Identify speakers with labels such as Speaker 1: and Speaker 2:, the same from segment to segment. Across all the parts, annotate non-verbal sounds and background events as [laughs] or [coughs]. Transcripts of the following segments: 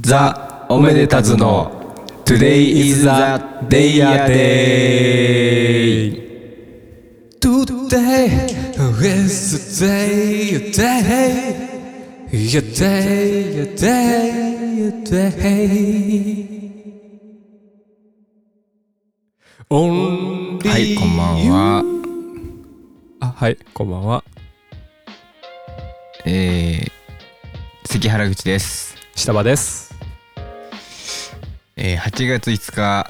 Speaker 1: ザ・おめでたずの Today is the day a day Today is the day a day A day a day a day
Speaker 2: はい、こんばんは。
Speaker 1: あはいこんばんは
Speaker 2: えー、関原口です。
Speaker 1: 下場です
Speaker 2: えー、8月5日、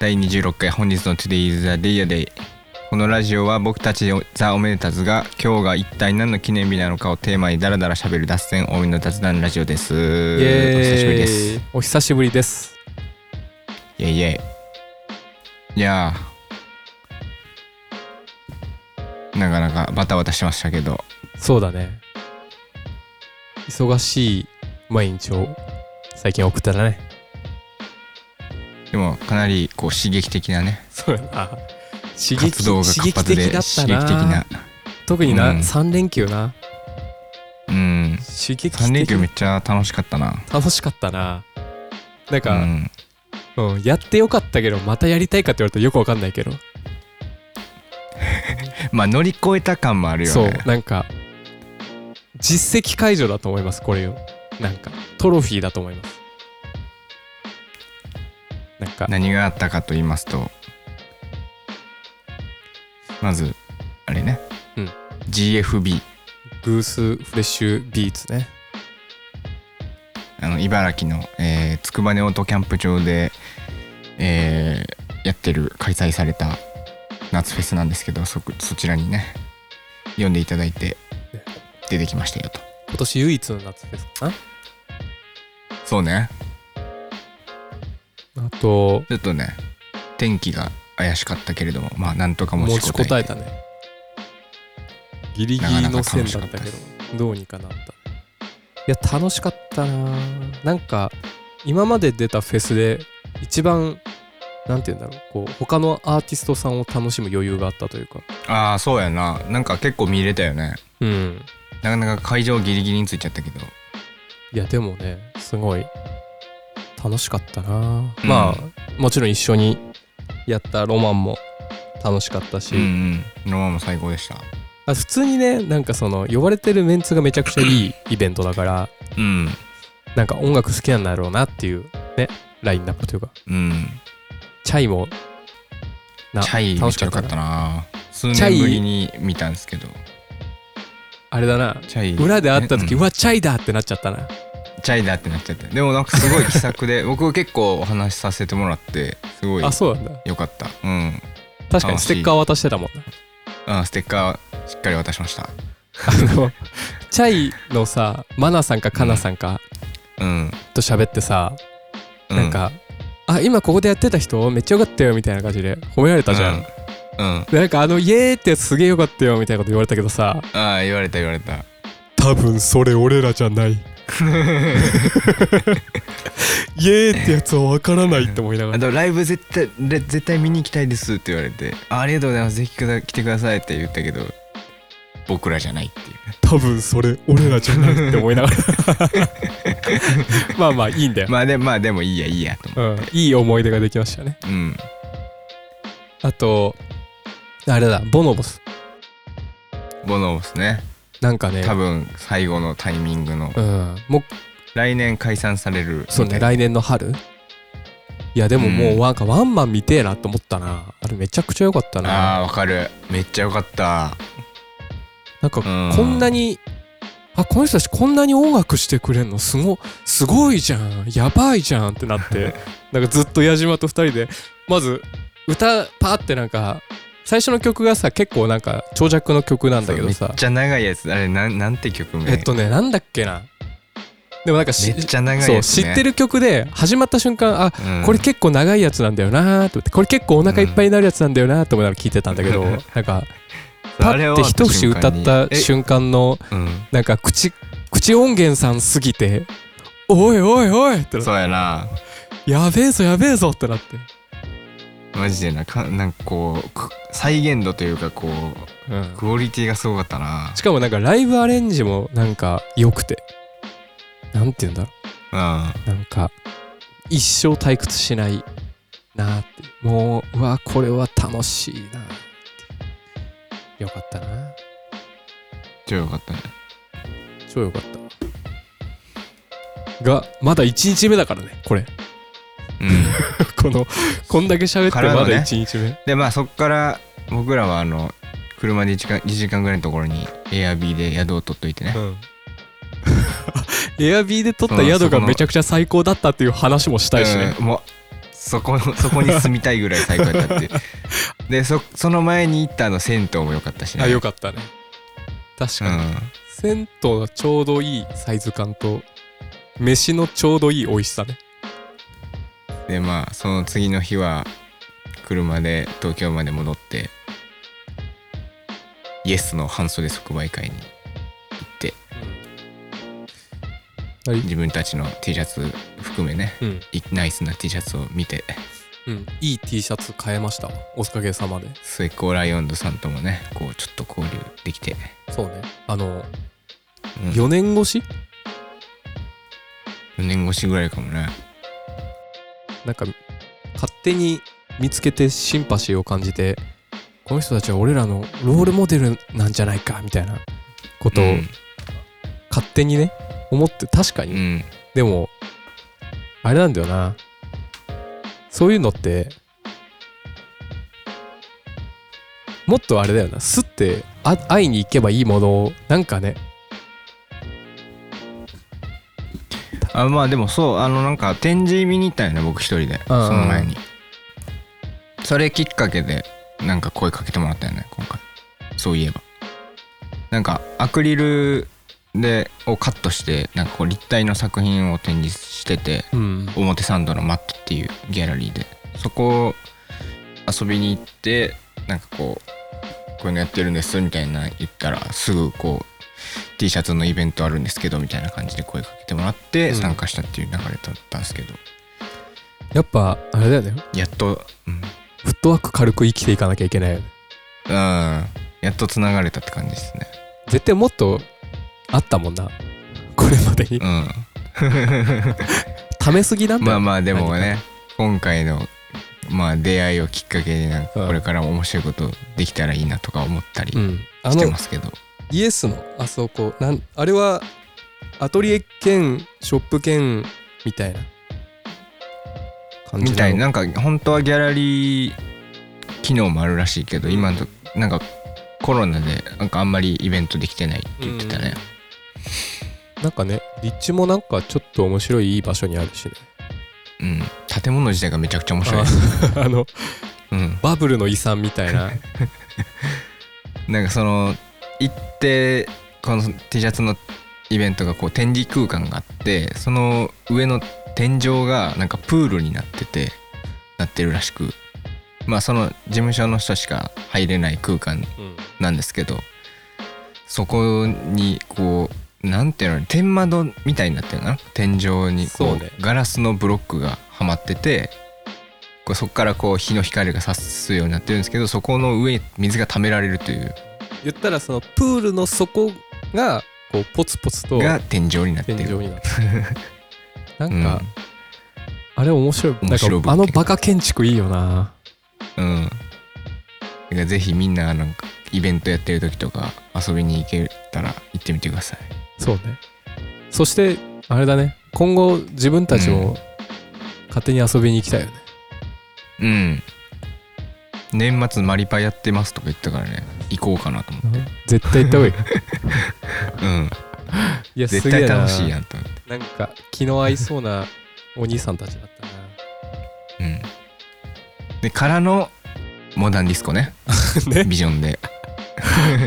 Speaker 2: 第26回本日の Today is the day a day。このラジオは僕たちザ・おめでたずが今日が一体何の記念日なのかをテーマにダラダラしゃべる脱線多めの雑談ラジオです。お
Speaker 1: イ
Speaker 2: 久しぶりです。
Speaker 1: ー
Speaker 2: イ
Speaker 1: イお久しぶりです
Speaker 2: ェイイェイ。いやー、なかなかバタバタしましたけど、
Speaker 1: そうだね忙しい毎日を最近送ったらね
Speaker 2: でもかなりこう刺激的なね、
Speaker 1: そうやな刺激
Speaker 2: 活動が活
Speaker 1: 刺激
Speaker 2: 発で
Speaker 1: 的だ
Speaker 2: 刺
Speaker 1: った
Speaker 2: 激的
Speaker 1: な
Speaker 2: な。
Speaker 1: 特にな、
Speaker 2: うん
Speaker 1: 3連休な
Speaker 2: うん。
Speaker 1: 刺激的
Speaker 2: 3連休めっちゃ楽しかったな。
Speaker 1: 楽しかったななん
Speaker 2: う
Speaker 1: か、
Speaker 2: ん、
Speaker 1: うんやってよかったけどまたやりたいかって言われたらよくわかんないけど、
Speaker 2: まあ乗り越えた感もあるよ
Speaker 1: そう
Speaker 2: ね。
Speaker 1: なんか実績解除だと思いますこれをなんかトロフィーだと思いますなんか
Speaker 2: 何があったかと言いますと、まず、あれね、
Speaker 1: うん
Speaker 2: GFB、
Speaker 1: ブースフレッシュビーツね
Speaker 2: あの茨城の、えー、つくばねオートキャンプ場で、えーやってる、開催された夏フェスなんですけど、そこそちらにね、読んでいただいて
Speaker 1: ね
Speaker 2: 出てきましたよと。
Speaker 1: 今年唯一の夏ですか
Speaker 2: そうね、
Speaker 1: なあと
Speaker 2: ちょっとね、天気が怪しかったけれども、まあなんとか持
Speaker 1: 持
Speaker 2: ち
Speaker 1: ち
Speaker 2: こ
Speaker 1: こ
Speaker 2: た
Speaker 1: た
Speaker 2: え
Speaker 1: え
Speaker 2: て
Speaker 1: たねギリギリの線だった
Speaker 2: なかな
Speaker 1: け
Speaker 2: か楽し
Speaker 1: ど
Speaker 2: か
Speaker 1: どうにかなったいや楽しかったななんか今まで出たフェスで一番なんて言うんだろうこう他のアーティストさんを楽しむ余裕があったというか
Speaker 2: ああそうやななんか結構見れたよね
Speaker 1: うん
Speaker 2: なかなか会場ギリギリについちゃったけど
Speaker 1: いやでもねすごい楽しかったな、
Speaker 2: うん
Speaker 1: まあもちろん一緒にやったロマンも楽しかったし、
Speaker 2: んうんのまも最高でした
Speaker 1: あ普通にねなんかその呼ばれてるメンツがめちゃくちゃいいイベントだから
Speaker 2: うん
Speaker 1: なんか音楽好きなんだろうなっていうねラインナップというか
Speaker 2: うん
Speaker 1: チャイもな
Speaker 2: チャイめっ
Speaker 1: 楽し
Speaker 2: ちゃ
Speaker 1: か
Speaker 2: 良
Speaker 1: った
Speaker 2: かっ
Speaker 1: な
Speaker 2: たな数
Speaker 1: チャイ
Speaker 2: 年ぶりに見たんですけど
Speaker 1: あれだな
Speaker 2: チャイ
Speaker 1: 裏で会った時、
Speaker 2: う
Speaker 1: うんわチャイだってなっちゃったな
Speaker 2: チャイだってなっちゃってでもなんかすごい気さくで [laughs] 僕結構お話しさせてもらってすごい
Speaker 1: あそうなんだ
Speaker 2: よかったうん
Speaker 1: 確かにステッカー渡してたもんな
Speaker 2: あステッカーしっかり渡しました
Speaker 1: あのチャイのさマナさんかカナさんか
Speaker 2: うん、
Speaker 1: と喋ってさ、
Speaker 2: う
Speaker 1: なんか「あ今ここでやってた人めっちゃよかったよ」みたいな感じで褒められたじゃん、
Speaker 2: うん、うん、
Speaker 1: でなんかあの「イエーイってやつすげえよかったよ」みたいなこと言われたけどさ
Speaker 2: ああ言われた言われ [laughs] た
Speaker 1: 多分それ俺らじゃないイエーイってやつは分からないって思いなが
Speaker 2: あ
Speaker 1: ら
Speaker 2: とライブ絶対れ絶対見に行きたいですって言われてあありがとうございますぜひくだ来てくださいって言ったけど僕らじゃないっていうね
Speaker 1: 多分それ俺らじゃないって思いなが [laughs] らまあまあいいんだよ、
Speaker 2: まあでまあでもいいやいいやと思
Speaker 1: うん、いい思い出ができましたね
Speaker 2: ううん
Speaker 1: あとあれだボノボス
Speaker 2: ボノボスね
Speaker 1: なんかね
Speaker 2: 多分最後のタイミングの
Speaker 1: うん、もう
Speaker 2: 来年解散されるみたい
Speaker 1: そうね来年の春いやでもも
Speaker 2: う
Speaker 1: うんなんかワンマン見てえなと思ったなあれめちゃくちゃ良かった
Speaker 2: あ
Speaker 1: な
Speaker 2: あわかるめっちゃよかった
Speaker 1: なんか
Speaker 2: うん
Speaker 1: こんなにあこの人たちこんなに音楽してくれんのすごすごいじゃんやばいじゃんってなって
Speaker 2: [laughs]
Speaker 1: なんかずっと矢島と2人でまず歌パーってなんか最初の曲がさ結構なんか長尺の曲なんだけど
Speaker 2: め
Speaker 1: さ
Speaker 2: っちゃ長いやつあれなんなんて曲名
Speaker 1: えっとねなんだっけなでもなんか
Speaker 2: め
Speaker 1: し
Speaker 2: っちゃ長い
Speaker 1: そう
Speaker 2: やつ、
Speaker 1: 知
Speaker 2: ね、
Speaker 1: ってる曲で始まった瞬間あ
Speaker 2: うん、
Speaker 1: これ結構長いやつなんだよなーって思ってこれ結構お腹いっぱいになるやつなんだよなーって思いながら聞いてたんだけど、
Speaker 2: うん
Speaker 1: なんかパッて一節歌った
Speaker 2: 瞬
Speaker 1: 瞬間の
Speaker 2: 間に
Speaker 1: なんか口口音源さんすぎて「おいおいおい!」って
Speaker 2: え
Speaker 1: なって
Speaker 2: うんそうやな
Speaker 1: やべえぞやべえぞ!」ってなって、
Speaker 2: マジでなかなんかこうく再現度というかこう
Speaker 1: うん
Speaker 2: クオリティがすごかったな
Speaker 1: しかもなんかライブアレンジもなんか良くてなんて言うんだろう
Speaker 2: あ
Speaker 1: なんか一生退屈しないなってもううわこれは楽しいなってよかったな
Speaker 2: ちょよかったね
Speaker 1: 超よかったがまだ1日目だからねこれ
Speaker 2: [laughs] うん
Speaker 1: このこんだけ喋って
Speaker 2: からの
Speaker 1: ま
Speaker 2: ね
Speaker 1: だ1日目、
Speaker 2: でまあそっから僕らはあの車で1時間 ,2 時間ぐらいのところに Airb で宿を取っといてね、
Speaker 1: うん [laughs] エアビーで取った
Speaker 2: うんそ
Speaker 1: 宿
Speaker 2: こ
Speaker 1: が
Speaker 2: の
Speaker 1: めちゃくちゃ最高だったっていう話もしたいしね、
Speaker 2: うんもうそこのそこに住みたいぐらい最高だったって [laughs] いうでそその前に行ったあの銭湯も良かったしね
Speaker 1: あよ
Speaker 2: か
Speaker 1: かったね確
Speaker 2: う
Speaker 1: かに、
Speaker 2: ん
Speaker 1: 銭湯のちょうどいいサイズ感と飯のちょうどいい美味しさね
Speaker 2: でまあその次の日は車で東京まで戻ってイエスの半袖即売会に行って
Speaker 1: はい
Speaker 2: 自分たちの T シャツ含めね
Speaker 1: うん、
Speaker 2: いナイスな T シャツを見て
Speaker 1: うん、いい T シャツ買えましたわおかげさまで
Speaker 2: 末っ子ライオンズさんともねこうちょっと交流できて、
Speaker 1: そうねあの
Speaker 2: うん
Speaker 1: 4年越し
Speaker 2: 4年越しぐらいかもね
Speaker 1: なんか勝手に見つけてシンパシーを感じてこの人たちは俺らのロールモデルなんじゃないかみたいなことを
Speaker 2: うん
Speaker 1: 勝手にね思って確か
Speaker 2: う
Speaker 1: に、
Speaker 2: ん
Speaker 1: でもあれなんだよなそういうのってもっとあれだよなすってあ会いに行けばいいものをなんかね
Speaker 2: あまあでもそうあのなんか展示見に行ったよね僕一人でその前にそれきっかけでなんか声かけてもらったよね今回そういえばなんかアクリルでをカットしてなんかこう立体の作品を展示してて
Speaker 1: うん
Speaker 2: 表参道のマットっていうギャラリーでそこを遊びに行ってなんかこうこういうのやってるんですみたいな言ったらすぐこう T シャツのイベントあるんですけどみたいな感じで声かけてもらって
Speaker 1: うん
Speaker 2: 参加したっていう流れだったんですけど、
Speaker 1: やっぱあれだよね
Speaker 2: やっとうん、
Speaker 1: フットワーク軽く生きていかなきゃいけないよね
Speaker 2: うん、やっとつながれたって感じですね
Speaker 1: 絶対もっとあったもんなこれまでに
Speaker 2: う
Speaker 1: ためすぎ [laughs] なん
Speaker 2: ん
Speaker 1: だ
Speaker 2: まあ
Speaker 1: よ
Speaker 2: まあでもね今回のまあ出会いをきっかけになんかこれからも面白いことできたらいいなとか思ったり
Speaker 1: うんあ
Speaker 2: して
Speaker 1: の
Speaker 2: ますけど、
Speaker 1: イエスのあそこなんあれはアトリエ兼ショップ兼みたいな感じ
Speaker 2: みたい
Speaker 1: な
Speaker 2: ななんか本当はギャラリー機能もあるらしいけど今のなんかコロナでなんかあんまりイベントできてないって言ってたね、
Speaker 1: なんかね立地もなんかちょっと面白いいい場所にあるしね
Speaker 2: うん建物自体がめちゃくちゃ面白いです、
Speaker 1: ああの
Speaker 2: うん、
Speaker 1: バブルの遺産みたい
Speaker 2: [laughs]
Speaker 1: な
Speaker 2: なんかその行ってこの T シャツのイベントがこう展示空間があってその上の天井がなんかプールになっててなってるらしくまあその事務所の人しか入れない空間
Speaker 1: うん
Speaker 2: なんですけどそこにこうなんていうの天窓みたいになってるのかな天井に
Speaker 1: そ
Speaker 2: こ
Speaker 1: う
Speaker 2: う
Speaker 1: ね
Speaker 2: ガラスのブロックがはまっててこうそこからこう日の光が差すようになってるんですけどそこの上に水が溜められるという
Speaker 1: 言ったらそのプールの底がこうポツポツと
Speaker 2: が天井になって
Speaker 1: 天井
Speaker 2: る。
Speaker 1: になって
Speaker 2: [laughs]
Speaker 1: る
Speaker 2: う
Speaker 1: なん
Speaker 2: ん
Speaker 1: か、あれ面白い
Speaker 2: 面白い
Speaker 1: なんかあのバカ建築いいよな
Speaker 2: うんだからぜひみんななんかイベントやってる時とか遊びに行けたら行ってみてください。
Speaker 1: そうねそしてあれだね今後自分たちも勝手に遊びに行きたいよね、
Speaker 2: うん。年末マリパやってますとか言ったからね行こうかなと思って。
Speaker 1: 絶対行っ
Speaker 2: [laughs]
Speaker 1: た方がいい
Speaker 2: うん。
Speaker 1: いや
Speaker 2: 絶対楽しい
Speaker 1: ん
Speaker 2: やんと思って。
Speaker 1: なんか気の合いそうなお兄さんたちだったな
Speaker 2: うん、でからのモダンディスコね
Speaker 1: [laughs] ね
Speaker 2: ビジョンで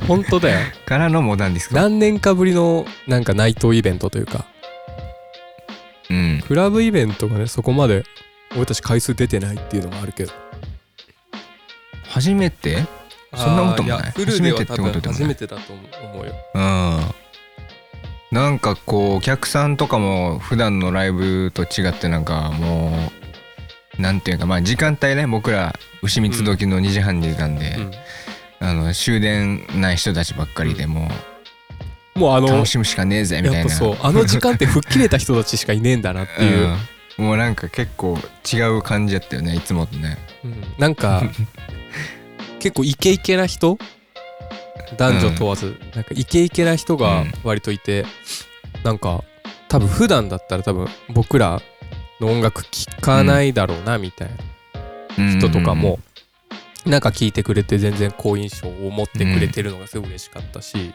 Speaker 1: 本当
Speaker 2: [laughs]
Speaker 1: だよ
Speaker 2: からのモダンディスコ
Speaker 1: 何年かぶりのなんかナイトイベントというか
Speaker 2: うん
Speaker 1: クラブイベントがねそこまで俺たち回数出てないっていうのもあるけど
Speaker 2: 初めてそんなこともない
Speaker 1: あーやフルでは
Speaker 2: 初めてっ
Speaker 1: 多
Speaker 2: てこ
Speaker 1: 分
Speaker 2: とでもない
Speaker 1: 初めてだと思うよ
Speaker 2: うんなんかこうお客さんとかも普段のライブと違ってなんかもうなんていうかまあ時間帯ね僕ら牛三つ時の2時半にいたんで、
Speaker 1: うん
Speaker 2: あの終電ない人たちばっかりでもう
Speaker 1: もうあの
Speaker 2: 楽しむしかねえぜみた
Speaker 1: や
Speaker 2: い
Speaker 1: っ
Speaker 2: な
Speaker 1: ぱそうあの時間って吹っ切れた人たちしかいねえんだなっていう、
Speaker 2: うんもうなんか結構違う感じやったよねいつもとね
Speaker 1: うんなんか結構イケイケな人男女問わず、なんかイケイケな人が割といて、なんか多分普段だったら多分僕らの音楽聴かないだろうなみたいな人とかも、なんか聞いてくれて全然好印象を持ってくれてるのがすごい嬉しかったし、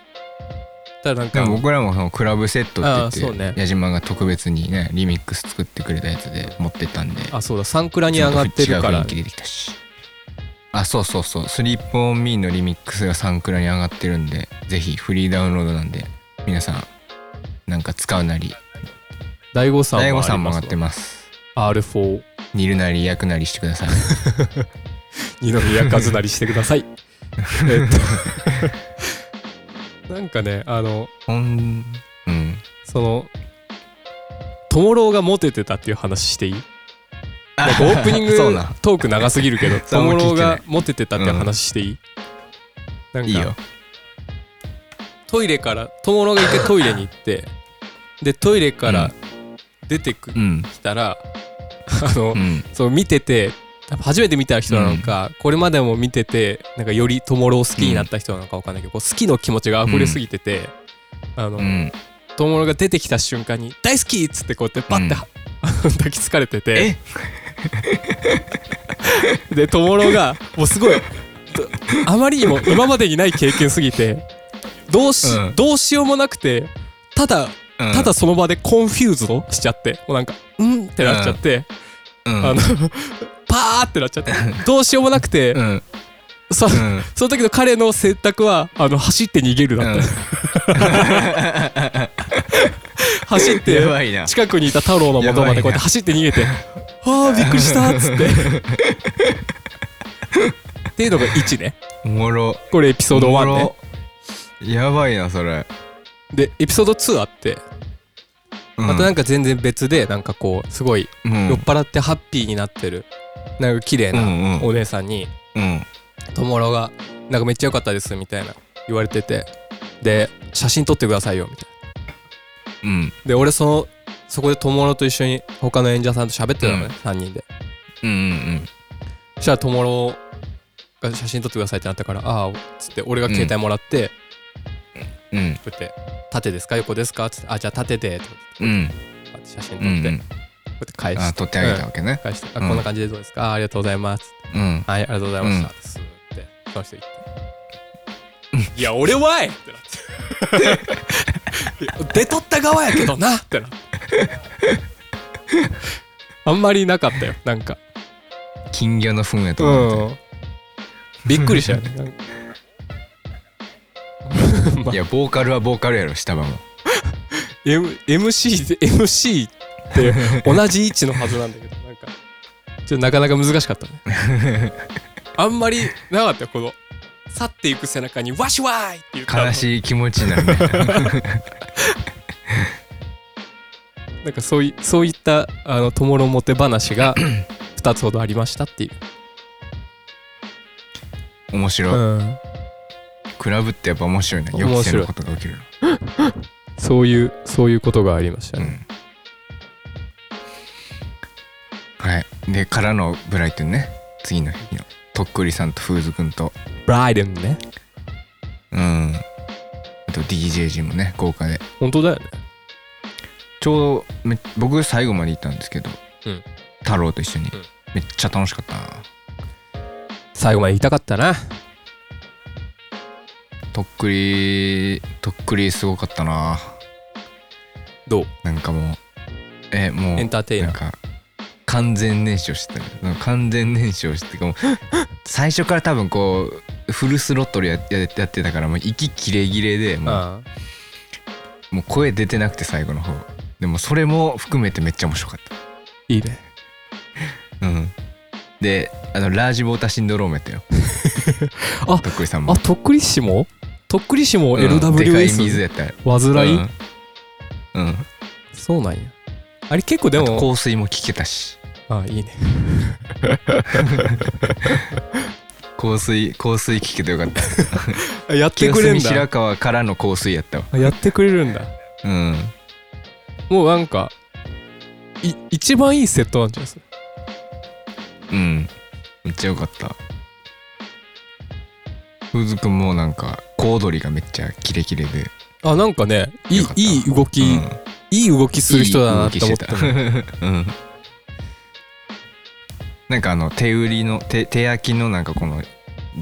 Speaker 1: ただなん
Speaker 2: で
Speaker 1: か
Speaker 2: も僕らもそのクラブセット
Speaker 1: あー
Speaker 2: って
Speaker 1: そ
Speaker 2: 言っ
Speaker 1: う
Speaker 2: て、
Speaker 1: ね
Speaker 2: 矢島が特別にねリミックス作ってくれたやつで持ってったんで
Speaker 1: あそうだサンクラに上がってるか
Speaker 2: ちょ
Speaker 1: ら
Speaker 2: っと違う雰囲気出てきたしあそうそうそう「スリープオンミーのリミックスがサンクラに上がってるんでぜひフリーダウンロードなんで皆さんなんか使うなり
Speaker 1: 大悟さん
Speaker 2: 大
Speaker 1: も
Speaker 2: 悟
Speaker 1: あ
Speaker 2: さ
Speaker 1: り
Speaker 2: んも
Speaker 1: ます
Speaker 2: 上がってます
Speaker 1: わ R4
Speaker 2: 煮るなり焼くなりしてく
Speaker 1: [laughs]
Speaker 2: ださい
Speaker 1: 二宮和也してくだ
Speaker 2: [laughs]
Speaker 1: さいえっと [laughs] なんかねあの
Speaker 2: ほんうん
Speaker 1: その友郎がモテてたっていう話していいなん
Speaker 2: [laughs]
Speaker 1: かオープニング
Speaker 2: そうな
Speaker 1: トーク長すぎるけど
Speaker 2: そうあんま
Speaker 1: 友
Speaker 2: 聞いてない
Speaker 1: 郎がモテてたっていう話していい、なん
Speaker 2: いい
Speaker 1: か
Speaker 2: よ
Speaker 1: トイレから友郎が一回トイレに行ってでトイレから出てく、
Speaker 2: うん
Speaker 1: きたらあの、
Speaker 2: うん
Speaker 1: そう見てて多分初めて見た人なのか、これまでも見ててなんかより友郎を好きになった人なのかわかんないけど、こう好きの気持ちが溢れすぎてて、あの、
Speaker 2: うん
Speaker 1: 友郎が出てきた瞬間に「大好き!」っつってこうやってパッて、 [laughs]
Speaker 2: うん
Speaker 1: 抱きつかれてて
Speaker 2: え
Speaker 1: で友郎がもうすごい [laughs] とあまりにも今までにない経験すぎてどうし,、
Speaker 2: うん
Speaker 1: どうしようもなくてただ
Speaker 2: うん
Speaker 1: ただその場でコンフューズドしちゃってもうなんか「うん?」ってなっちゃって、
Speaker 2: うん
Speaker 1: あの [laughs] パーってなっちゃ
Speaker 2: [laughs]
Speaker 1: ってどうしようもなくて、
Speaker 2: うん
Speaker 1: そ [laughs]
Speaker 2: うん
Speaker 1: その時の彼の選択はあの走って逃げるだった、走 [laughs] っ
Speaker 2: [laughs] や
Speaker 1: て
Speaker 2: ばいな
Speaker 1: 近くにいた太郎の元までこうやって走って逃げて「あーびっくりした」っつ
Speaker 2: [laughs]
Speaker 1: って。っていうのが1ね
Speaker 2: おもろ
Speaker 1: これエピソード1ね
Speaker 2: おもろやばいなそれ、
Speaker 1: でエピソード2あって
Speaker 2: うん、
Speaker 1: またなんか全然別でなんかこうすごい
Speaker 2: うん
Speaker 1: 酔っ払ってハッピーになってるなんか綺麗
Speaker 2: う
Speaker 1: なん
Speaker 2: うん
Speaker 1: お姉さんに
Speaker 2: うん
Speaker 1: 友郎が「なんかめっちゃ良かったです」みたいな言われててで「写真撮ってくださいよ」みたいな
Speaker 2: うん
Speaker 1: で俺そのそこで友郎と一緒に他の演者さんと喋ってたのね、
Speaker 2: うん
Speaker 1: 3人で
Speaker 2: うんうん
Speaker 1: そしたら友郎が写真撮ってくださいってなったから「ああ」っつって俺が携帯もらって、
Speaker 2: うんうん
Speaker 1: こうやって「縦ですか横ですか?」っつって「あじゃあ縦で」とか
Speaker 2: うん
Speaker 1: って写真撮
Speaker 2: う
Speaker 1: って、
Speaker 2: ん
Speaker 1: こうやって返して
Speaker 2: あ取ってあげた
Speaker 1: うん
Speaker 2: わけね
Speaker 1: 返して、
Speaker 2: うん
Speaker 1: あ「こんな感じでどうですかあありがとうございます」
Speaker 2: うん
Speaker 1: はい、ありがとうございました。すーって、その人言って。いや、俺はいってなって。い [laughs] や出とった側やけどなってな
Speaker 2: [laughs]
Speaker 1: って。あんまりなかったよ、なんか。
Speaker 2: 金魚の糞やと思っ
Speaker 1: ん。びっくりしたよね。なんか
Speaker 2: ていやボーカルはボーカルやろ下場も
Speaker 1: M、MC で MC って同じ位置のはずなんだけど
Speaker 2: [laughs]
Speaker 1: なんかちょっとなかなか難しかったねあんまりなかったよこの去っていく背中に「わしわーい!」って言った
Speaker 2: 悲
Speaker 1: い
Speaker 2: しい気持ちになるね
Speaker 1: なんかそういそういったあの友のモテ話
Speaker 2: [laughs]
Speaker 1: が2つほどありましたっていう、
Speaker 2: 面
Speaker 1: う
Speaker 2: 白い
Speaker 1: ん、
Speaker 2: クラブってやっぱ面白いな予期せぬことが起きる
Speaker 1: そういうそういうことがありました
Speaker 2: う
Speaker 1: ね、
Speaker 2: んはいでからのブライトンね次の日のとっくりさんとフーズくんと
Speaker 1: ブライデンね
Speaker 2: うんあと DJ 陣もね豪華で
Speaker 1: 本当だよね
Speaker 2: ちょうどめ僕最後まで行ったんですけど、
Speaker 1: うん
Speaker 2: 太郎と一緒に、
Speaker 1: ん
Speaker 2: めっちゃ楽しかったな
Speaker 1: 最後まで言いたかったな
Speaker 2: とっくりとっくりすごかったな
Speaker 1: どう
Speaker 2: なんかもうえもう
Speaker 1: エンターテイナ
Speaker 2: な
Speaker 1: ー
Speaker 2: んか完全燃焼してたね完全燃焼してかもう [laughs] 最初から多分こうフルスロットルやややってたからもう息切れ切れでもう,、
Speaker 1: あ
Speaker 2: もう声出てなくて最後の方でもそれも含めてめっちゃ面白かっ
Speaker 1: いいね
Speaker 2: たうんであのラージボータシンドロームやったよ
Speaker 1: [laughs] あ
Speaker 2: とっくりさんも
Speaker 1: あとっくりしもとっくりしも
Speaker 2: うんでかい
Speaker 1: LWS
Speaker 2: 水やったよ
Speaker 1: 煩い、
Speaker 2: うん、うん、
Speaker 1: そうなんやあれ結構で
Speaker 2: でも
Speaker 1: も
Speaker 2: 香水も聞けたし
Speaker 1: あいいね
Speaker 2: 香香水香水聞けてよかった
Speaker 1: あやって
Speaker 2: 清
Speaker 1: くれるん
Speaker 2: 澄白
Speaker 1: だ
Speaker 2: 河からの香水やったわ
Speaker 1: あやってくれるんだ
Speaker 2: うん
Speaker 1: もうなんかい一番いいセットなんじゃないですか
Speaker 2: うんめっちゃよかった風俗もなんか小躍りがめっちゃキレキレで
Speaker 1: あなんかねい
Speaker 2: よ
Speaker 1: い
Speaker 2: かった
Speaker 1: いい動き、
Speaker 2: うん
Speaker 1: いい動きする人だなって思っ
Speaker 2: いい動きして
Speaker 1: た
Speaker 2: たうんなんかあの手売りの手手焼きのなんかこの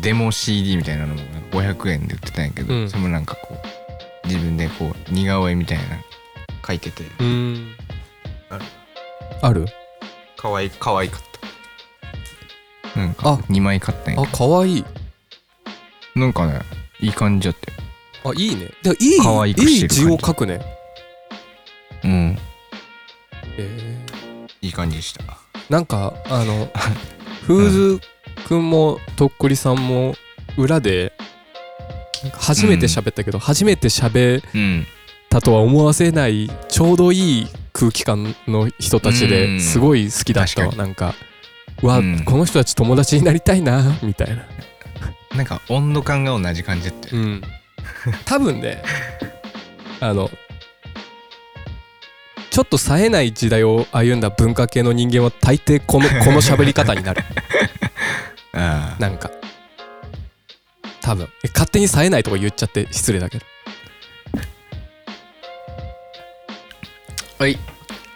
Speaker 2: デモ CD みたいなのも500円で売ってたんやけど、
Speaker 1: うん
Speaker 2: それもなんかこう自分でこう似顔絵みたいなの書いてて
Speaker 1: うーん
Speaker 2: ある
Speaker 1: ある
Speaker 2: かわいかわいかったなん
Speaker 1: あ
Speaker 2: か2枚買ったんや
Speaker 1: あ
Speaker 2: け
Speaker 1: 可愛いい
Speaker 2: どなんかねいい感じだったよ
Speaker 1: あいいねでもいい
Speaker 2: 可愛く
Speaker 1: い
Speaker 2: して
Speaker 1: い
Speaker 2: る
Speaker 1: 字
Speaker 2: 感じ
Speaker 1: を書くね
Speaker 2: うん
Speaker 1: え
Speaker 2: いい感じでした
Speaker 1: ー、なんかあ
Speaker 2: [laughs]
Speaker 1: のフーズくんもとっくりさんも裏でなんか初めて喋ったけど、初めて喋っ
Speaker 2: うん
Speaker 1: たとは思わせないちょうどいい空気感の人たち
Speaker 2: う
Speaker 1: で
Speaker 2: ん
Speaker 1: すごい好きだったわ
Speaker 2: 確
Speaker 1: なんかわ、
Speaker 2: うん
Speaker 1: この人たち友達になりたいなみたい
Speaker 2: [laughs]
Speaker 1: な
Speaker 2: なんか温度感が同じ感じだったよ
Speaker 1: うん、多分ねあのちょっと冴えない時代を歩んだ文化系の人間は大抵このこの喋り方になる
Speaker 2: あ
Speaker 1: なんか多分え勝手に冴えないとか言っちゃって失礼だけど
Speaker 2: あはい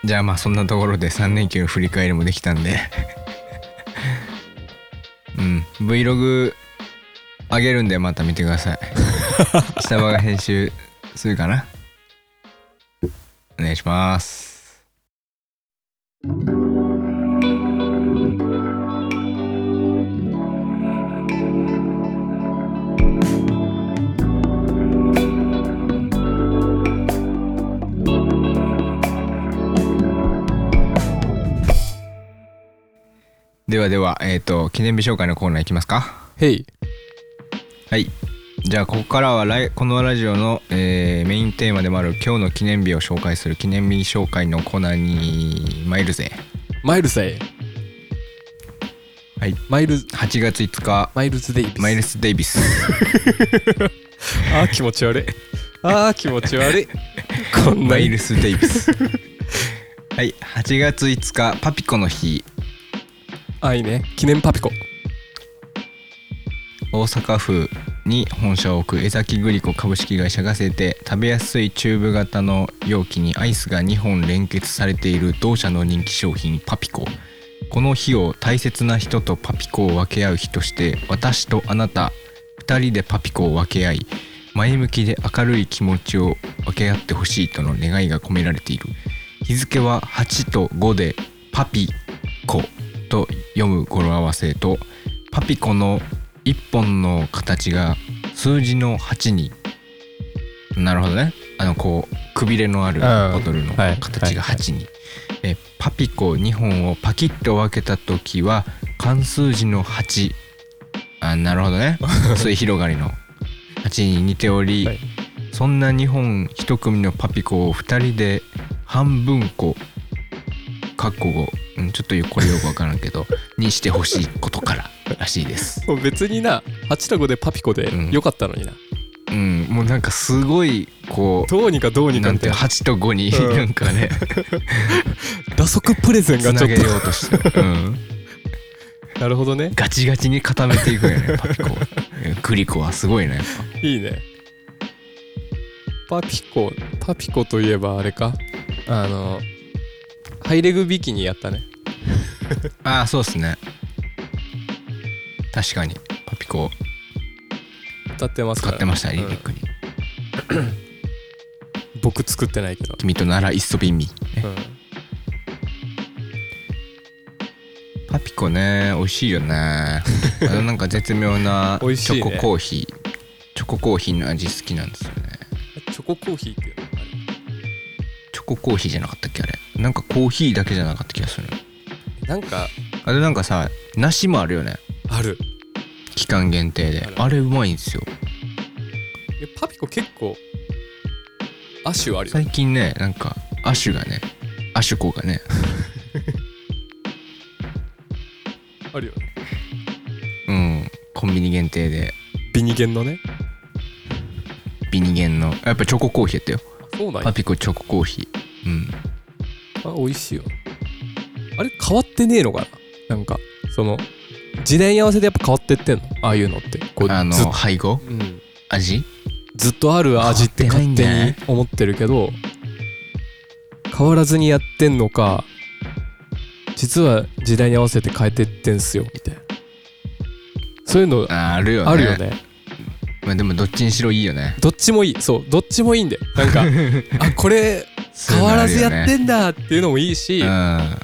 Speaker 2: じゃあまあそんなところで3連休の振り返りもできたんでうん Vlog あげるんでまた見てください下場が編集するかなお願いしますではでは、えっ、と、記念日紹介のコーナーいきますか。
Speaker 1: 「へい
Speaker 2: はい。じゃあ、ここからは来、このラジオの、えーメインテーマでもある今日の記念日を紹介する記念日紹介のコーナーに参るぜ。
Speaker 1: マイルセイ」
Speaker 2: はい
Speaker 1: マイル
Speaker 2: 8月5日、
Speaker 1: マイルズデイビス
Speaker 2: マイルス・デイビス。
Speaker 1: あー気持ち悪い
Speaker 2: [laughs]
Speaker 1: あー気持ち悪いこんな
Speaker 2: マイ
Speaker 1: に
Speaker 2: ルス・デイビス。はい。8月5日、パピコの日、
Speaker 1: あいいね記念パピコ
Speaker 2: 大阪府に本社を置く江崎グリコ株式会社が制定食べやすいチューブ型の容器にアイスが2本連結されている同社の人気商品パピコこの日を大切な人とパピコを分け合う日として私とあなた2人でパピコを分け合い前向きで明るい気持ちを分け合ってほしいとの願いが込められている日付は8と5でパピコと読む語呂合わせとパピコの一本の形が数字の8になるほどねあのこうくびれのある
Speaker 1: うん
Speaker 2: ボトルの
Speaker 1: はい
Speaker 2: 形が
Speaker 1: はい
Speaker 2: 8に、えーパピコ2本をパキッと分けた時は関数字の8あなるほど [laughs] ねそういう広がりの8に似ており、
Speaker 1: はい
Speaker 2: そんな2本1組のパピコを2人で半分こかっこ語、うん、ちょっとよこれよくわからんけ [laughs] どにしてほしいことかららしいです
Speaker 1: もう別にな8と5でパピコで
Speaker 2: うん
Speaker 1: よかったのにな、
Speaker 2: うんもうなんかすごいこ
Speaker 1: どうにかどう
Speaker 2: う
Speaker 1: に
Speaker 2: な
Speaker 1: か
Speaker 2: ん
Speaker 1: みた
Speaker 2: て
Speaker 1: いな
Speaker 2: 8と5に
Speaker 1: うん
Speaker 2: なんか [laughs] ね
Speaker 1: 打足プレゼンが
Speaker 2: つ
Speaker 1: ち
Speaker 2: な
Speaker 1: ょ
Speaker 2: げ
Speaker 1: っ
Speaker 2: ようとして、うん、
Speaker 1: となるほどね
Speaker 2: ガチガチに固めていくよ [laughs] ねパピコをうんグリコはすごいねやっぱ
Speaker 1: いいねパピコパピコといえばあれかあのハイレグビキニやったね
Speaker 2: ああそうですね確かにパピコ
Speaker 1: 歌ってますか
Speaker 2: 使
Speaker 1: ら
Speaker 2: ってました
Speaker 1: うん
Speaker 2: リリックに
Speaker 1: 僕作ってないけど
Speaker 2: 「君とならいっそびみ」
Speaker 1: うん
Speaker 2: パピコね美味しい [laughs] よねあのなんか絶妙なチ
Speaker 1: 美味しいね
Speaker 2: ョココーヒー、チョココーヒーの味好きなんですよね
Speaker 1: チョココーヒーってあれ
Speaker 2: チョココーヒーじゃなかったっけあれなんかコーヒーだけじゃなかった気がする
Speaker 1: なんか
Speaker 2: あれなんかさ梨もあるよね
Speaker 1: ある
Speaker 2: 期間限定で
Speaker 1: ある
Speaker 2: あれうまいんですよ
Speaker 1: でパピコ結構亜種あるよ
Speaker 2: 最近ねなんかアシュがねアシュコがね
Speaker 1: あるよね
Speaker 2: うんコンビニ限定で
Speaker 1: ビニゲンのね
Speaker 2: ビニゲンのやっぱチョココーヒーやったよ
Speaker 1: あそうなんや
Speaker 2: パピコチョココーヒーうん
Speaker 1: あ美味しいよあれ変わってねえのかななんかその時代に合わせてやっぱ変わってってんのああいうのってこう
Speaker 2: あ
Speaker 1: ずっ
Speaker 2: の配合
Speaker 1: うん
Speaker 2: 味
Speaker 1: ずっとある味って勝手に思ってるけど変わらずにやってんのか実は時代に合わせて変えてってんすよみたいなそういうの
Speaker 2: ああるよね
Speaker 1: あるよね
Speaker 2: まあ、でもどっちにしろいいよね
Speaker 1: どっちもいいそうどっちもいいんでなん [laughs] かあこれ変わらずやって
Speaker 2: ん
Speaker 1: んだっていうのもいいし、
Speaker 2: うん、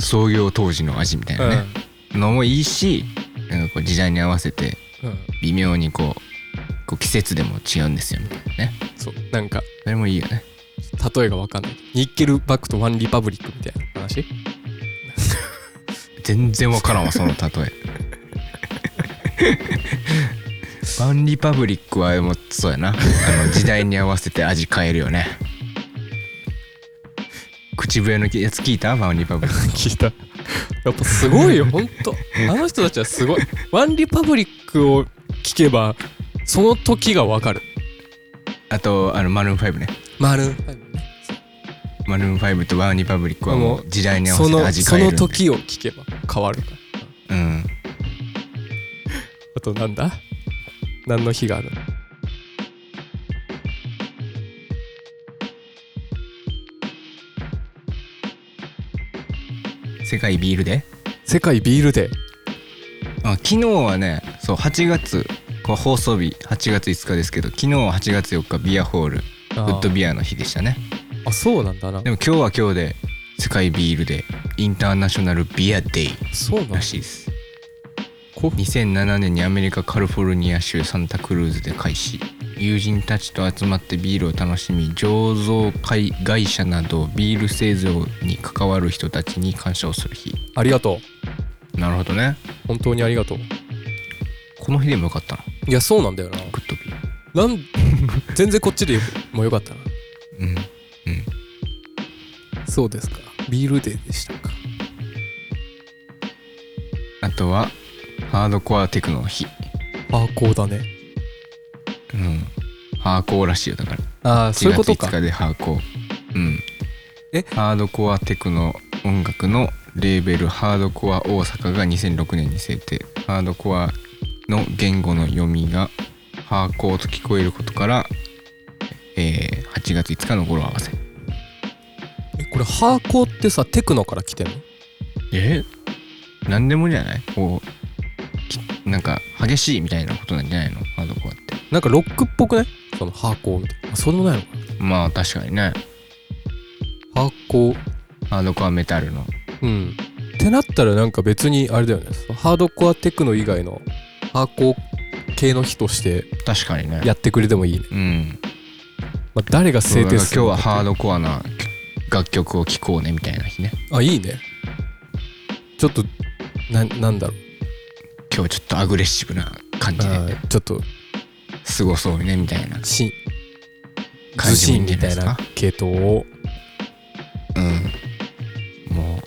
Speaker 2: 創業当時の味みたいなね、のもいいしなんかこう時代に合わせて
Speaker 1: うんうん
Speaker 2: 微妙にこうこう季節でも違うんですよみたいなね
Speaker 1: そうなんか
Speaker 2: それもいいよね
Speaker 1: 例えがわかんないニッケルバックとワンリパブリックみたいな話
Speaker 2: 全然わからんわその例えワンリパブリックはもうそうやなあの時代に合わせて味変えるよね口笛のやつ聞いたワンリパブリック
Speaker 1: 聞いたやっぱすごい [laughs] よほんとあの人たちはすごいワンリパブリックを聞けばその時がわかる
Speaker 2: あとあのマルーン5ね
Speaker 1: マルーン
Speaker 2: マルーン5とワンリパブリックはも
Speaker 1: も
Speaker 2: う時代に合わ
Speaker 1: そ
Speaker 2: せて
Speaker 1: の
Speaker 2: 味
Speaker 1: そ
Speaker 2: 変える
Speaker 1: の
Speaker 2: んで
Speaker 1: 時を聞けば変わるから
Speaker 2: うん
Speaker 1: あとなんだ何の日がある
Speaker 2: 世界ビールで
Speaker 1: 世界ビールデー
Speaker 2: あ昨日はねそう8月こう放送日8月5日ですけど昨日は8月4日ビアホールウ
Speaker 1: あー
Speaker 2: ッドビアの日でしたね
Speaker 1: あそうなんだな
Speaker 2: でも今日は今日で世界ビールでインターナショナルビアデイ
Speaker 1: そうなん
Speaker 2: ら
Speaker 1: だ
Speaker 2: しいです
Speaker 1: こ
Speaker 2: 2007年にアメリカカリフォルニア州サンタクルーズで開始友人たちと集まってビールを楽しみ醸造会会社などビール製造に関わる人たちに感謝をする日
Speaker 1: ありがとう
Speaker 2: なるほどね
Speaker 1: 本当にありがとう
Speaker 2: この日でもよかったない
Speaker 1: やそうなんだよな
Speaker 2: グッドビー
Speaker 1: なん [laughs] 全然こっちでもよかったな
Speaker 2: ルうん
Speaker 1: そうですかビールデーでしたか
Speaker 2: あとはハードコアテクノの日
Speaker 1: あーこうだね
Speaker 2: うんハーコーらしいよだから
Speaker 1: ああそういうこと
Speaker 2: 1月5
Speaker 1: か
Speaker 2: 日でハーコーうん
Speaker 1: え
Speaker 2: ハードコアテクノ音楽のレーベルハードコア大阪が2006年に制定ハードコアの言語の読みがハーコーと聞こえることから、えー8月5日の語呂合わせ
Speaker 1: えこれハーコーってさテクノから来てんの
Speaker 2: え何でもじゃないこうきなんか激しいみたいなことなんじゃないのハードコアって
Speaker 1: なんかロックっぽくないそのハーコーみたいなあそうでもないのか
Speaker 2: まあ確かにね
Speaker 1: ハーコー
Speaker 2: ハードコアメタルの
Speaker 1: うんってなったらなんか別にあれだよねそのハードコアテクノ以外のハーコー系の日として
Speaker 2: 確かにね
Speaker 1: やってくれてもいいね、
Speaker 2: うん
Speaker 1: まあ、誰が制定する
Speaker 2: 今
Speaker 1: の
Speaker 2: 日は
Speaker 1: か
Speaker 2: ハードコアな楽曲を聴こうねみたいな日ね
Speaker 1: あいいねちょっとななんだろう
Speaker 2: 今日ちょっとアグレッシブな感じ
Speaker 1: あ
Speaker 2: で
Speaker 1: ーちょっと
Speaker 2: すごそうねみたいな
Speaker 1: し
Speaker 2: 感
Speaker 1: ず
Speaker 2: じ
Speaker 1: し
Speaker 2: もいい
Speaker 1: ん
Speaker 2: んじゃ
Speaker 1: み
Speaker 2: ない
Speaker 1: た
Speaker 2: で
Speaker 1: い
Speaker 2: す
Speaker 1: な
Speaker 2: か
Speaker 1: 系統を
Speaker 2: うんもう